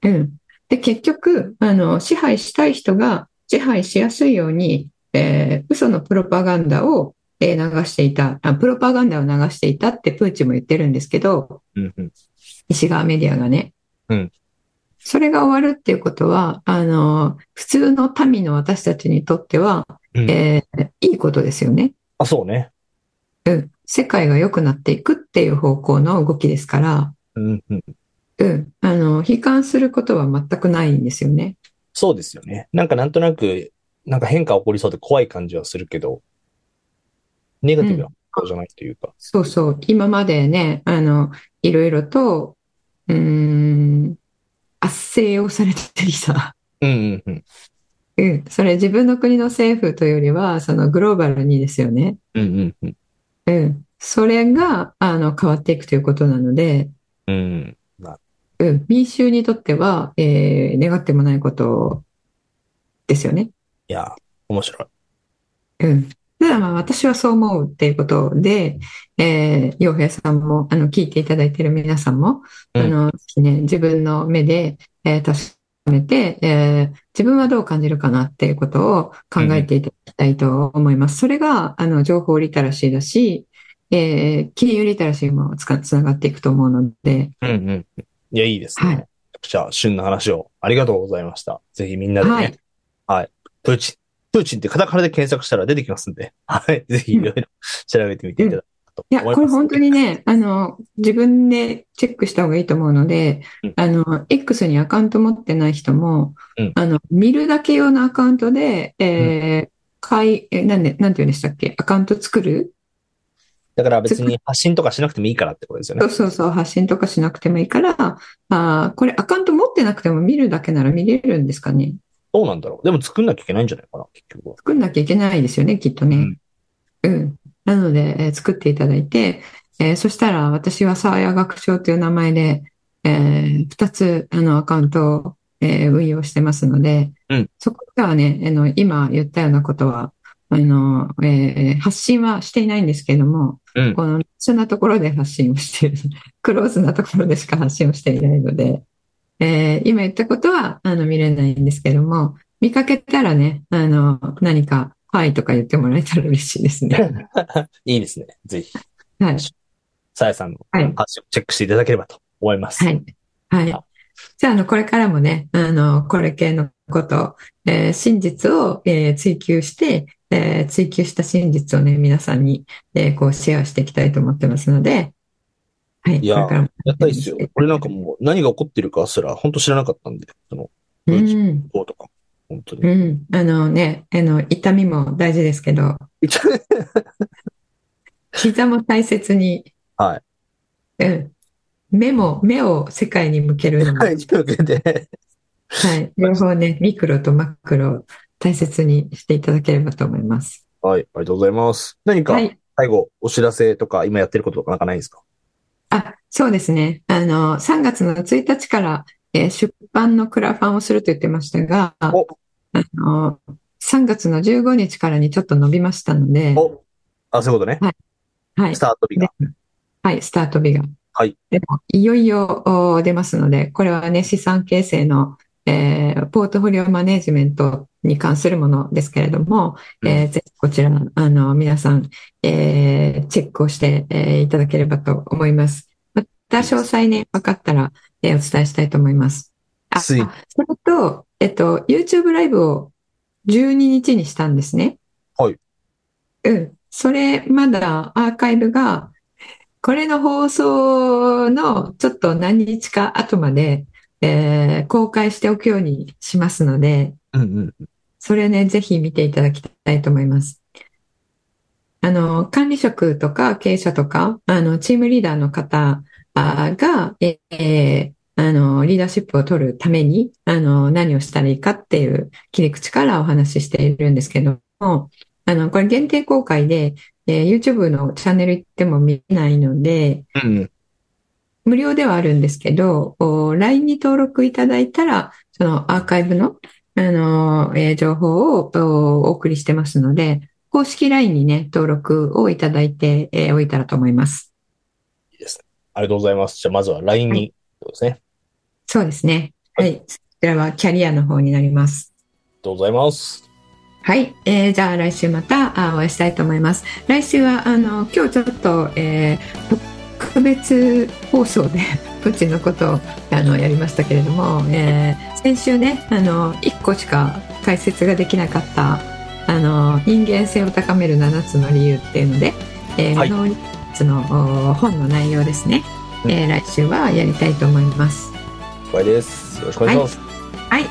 [SPEAKER 2] うん。で、結局、あの、支配したい人が支配しやすいように、えー嘘のプロパガンダを、えー流していたあ、プロパガンダを流していたってプーチンも言ってるんですけど、
[SPEAKER 3] うん。うん。
[SPEAKER 2] 西側メディアがね。
[SPEAKER 3] うん
[SPEAKER 2] それが終わるっていうことは、あの、普通の民の私たちにとっては、
[SPEAKER 3] うん
[SPEAKER 2] えーいいことですよね。
[SPEAKER 3] あ、そうね。
[SPEAKER 2] うん。世界が良くなっていくっていう方向の動きですから、
[SPEAKER 3] うん。うん。
[SPEAKER 2] うん。あの、悲観することは全くないんですよね。
[SPEAKER 3] そうですよね。なんかなんとなく、なんか変化起こりそうで怖い感じはするけど、ネガティブなことじゃないというか。
[SPEAKER 2] そうそう。今までね、あの、いろいろと、うーん、圧政をされ てきた。
[SPEAKER 3] うんうんうん。
[SPEAKER 2] うん。それ自分の国の政府というよりは、そのグローバルにですよね。
[SPEAKER 3] うんうんうん。
[SPEAKER 2] うん。それが、あの、変わっていくということなので、
[SPEAKER 3] うん。
[SPEAKER 2] うん。民衆にとっては、えー、願ってもないことですよね。
[SPEAKER 3] いや、面白い。
[SPEAKER 2] うん。ただまあ私はそう思うっていうことで、えー、洋平さんも、あの、聞いていただいている皆さんも、
[SPEAKER 3] うん
[SPEAKER 2] あの、ぜひね、自分の目で、えー確かめて、えー自分はどう感じるかなっていうことを考えていただきたいと思います。それが、あの、情報リテラシーだし、えー金融リテラシーもつか、つながっていくと思うので、
[SPEAKER 3] うんうんうん。いや、いいですね。
[SPEAKER 2] はい
[SPEAKER 3] めちゃくちゃ旬な話をありがとうございました。ぜひみんなでね、
[SPEAKER 2] はい。
[SPEAKER 3] プーチン、プーチンってカタカナで検索したら出てきますんで、はい。ぜひいろいろ調べてみていただけたと
[SPEAKER 2] いや、
[SPEAKER 3] 思い
[SPEAKER 2] これ
[SPEAKER 3] ます。
[SPEAKER 2] 本当にね、あの、自分でチェックした方がいいと思うので
[SPEAKER 3] うん、
[SPEAKER 2] あの、X にアカウント持ってない人も
[SPEAKER 3] うん、
[SPEAKER 2] あの、見るだけ用のアカウントで、えー、かい、え、なんで、なんて言うんでしたっけアカウント作る
[SPEAKER 3] だから別に発信とかしなくてもいいからってことですよ
[SPEAKER 2] そ
[SPEAKER 3] ね
[SPEAKER 2] う。そうそう、発信とかしなくてもいいから、ああー、これアカウント持ってなくても見るだけなら見れるんですかね
[SPEAKER 3] どうなんだろう。でも作んなきゃいけないんじゃないかな、結 局は。
[SPEAKER 2] 作んなきゃいけないですよね、きっとね。うん。なので、えー作っていただいて、えーそしたら私は沢谷学長という名前で、えー二つ、あの、アカウントを、えー運用してますので、
[SPEAKER 3] うん
[SPEAKER 2] そこではね、あの、今言ったようなことは、あの、えー発信はしていないんですけれども、
[SPEAKER 3] うん。
[SPEAKER 2] この、そんなところで発信をしている。 クローズなところでしか発信をしていないので、えー今言ったことは、あの、見れないんですけども、見かけたらね、あの、何か、はいとか言ってもらえたら嬉しいです ね。
[SPEAKER 3] いいですね。ぜひ、
[SPEAKER 2] はい。
[SPEAKER 3] さやさんの
[SPEAKER 2] はい。
[SPEAKER 3] 発信をチェックしていただければと思います。
[SPEAKER 2] はい。はい。じゃあ、あの、これからもね、あの、これ系のこと、えー真実を、えー追求して、えー追求した真実をね、皆さんに、えーこう、シェアしていきたいと思ってますので、はい。
[SPEAKER 3] いや
[SPEAKER 2] こ
[SPEAKER 3] ー
[SPEAKER 2] れからも。
[SPEAKER 3] やったいっすよ。俺なんかもう何が起こってるかすら本当知らなかったんで、その、
[SPEAKER 2] う。
[SPEAKER 3] うんこうとか、本当に。
[SPEAKER 2] うん。あのね、あの、痛みも大事ですけど、膝も大切に、
[SPEAKER 3] はい。
[SPEAKER 2] うん。目も、目を世界に向けるのも、は。
[SPEAKER 3] はいい、というわけで、
[SPEAKER 2] 両方ね、ミクロとマクロを大切にしていただければと思います。
[SPEAKER 3] はい、ありがとうございます。何か
[SPEAKER 2] はい。
[SPEAKER 3] 最後、お知らせとか、今やってることとかなんかないですか
[SPEAKER 2] あ、そうですね。あの、3月の1日から、えー出版のクラファンをすると言ってましたが、あ
[SPEAKER 3] お
[SPEAKER 2] の、3月の15日からにちょっと伸びましたので、
[SPEAKER 3] おあ、そういうことね。
[SPEAKER 2] はい
[SPEAKER 3] ス。タート日が。
[SPEAKER 2] はい、スタート日が。
[SPEAKER 3] はい。
[SPEAKER 2] でも、いよいよお出ますので、これはね、資産形成の、えーポートフォリオマネジメントに関するものですけれども、えーぜひこちら、あの、皆さん、えーチェックをして、えーいただければと思います。また、詳細ね、分かったら、えーお伝えしたいと思います。あ、そ
[SPEAKER 3] つい
[SPEAKER 2] れと、えっと、YouTube ライブを12日にしたんですね。
[SPEAKER 3] はい。
[SPEAKER 2] うん。それ、まだアーカイブが、これの放送のちょっと何日か後まで、えー公開しておくようにしますので、
[SPEAKER 3] うんうん。
[SPEAKER 2] それね、ぜひ見ていただきたいと思います。あの、管理職とか経営者とか、あの、チームリーダーの方あーが、えーあの、リーダーシップを取るために、あの、何をしたらいいかっていう切り口からお話ししているんですけども、あの、これ限定公開で、えー YouTube のチャンネル行っても見れないので、
[SPEAKER 3] うんうん。
[SPEAKER 2] 無料ではあるんですけど、お LINE に登録いただいたら、そのアーカイブの、あのーえー情報をおお送りしてますので、公式 LINE にね、登録をいただいて、えーおいたらと思います。
[SPEAKER 3] ありがとうございます。じゃあ、まずは LINE に、そうですね。あり
[SPEAKER 2] そうですね。はい。こちらはキャリアの方になります。
[SPEAKER 3] がとうございます。
[SPEAKER 2] はい、えーじゃあ来週またあお会いしたいと思います。来週はあの今日ちょっと、えー特別放送で プーチンのことをあのやりましたけれども、えー先週ねあの1個しか解説ができなかったあの人間性を高める7つの理由っていうので、えー
[SPEAKER 3] はい
[SPEAKER 2] この7つのお本の内容ですね、えー来週はやりたいと思います。
[SPEAKER 3] これです。よろしくお願いします。
[SPEAKER 2] はい。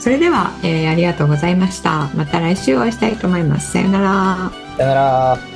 [SPEAKER 2] それでは、えーありがとうございました。また来週お会いしたいと思います。さようなら。
[SPEAKER 3] さよなら。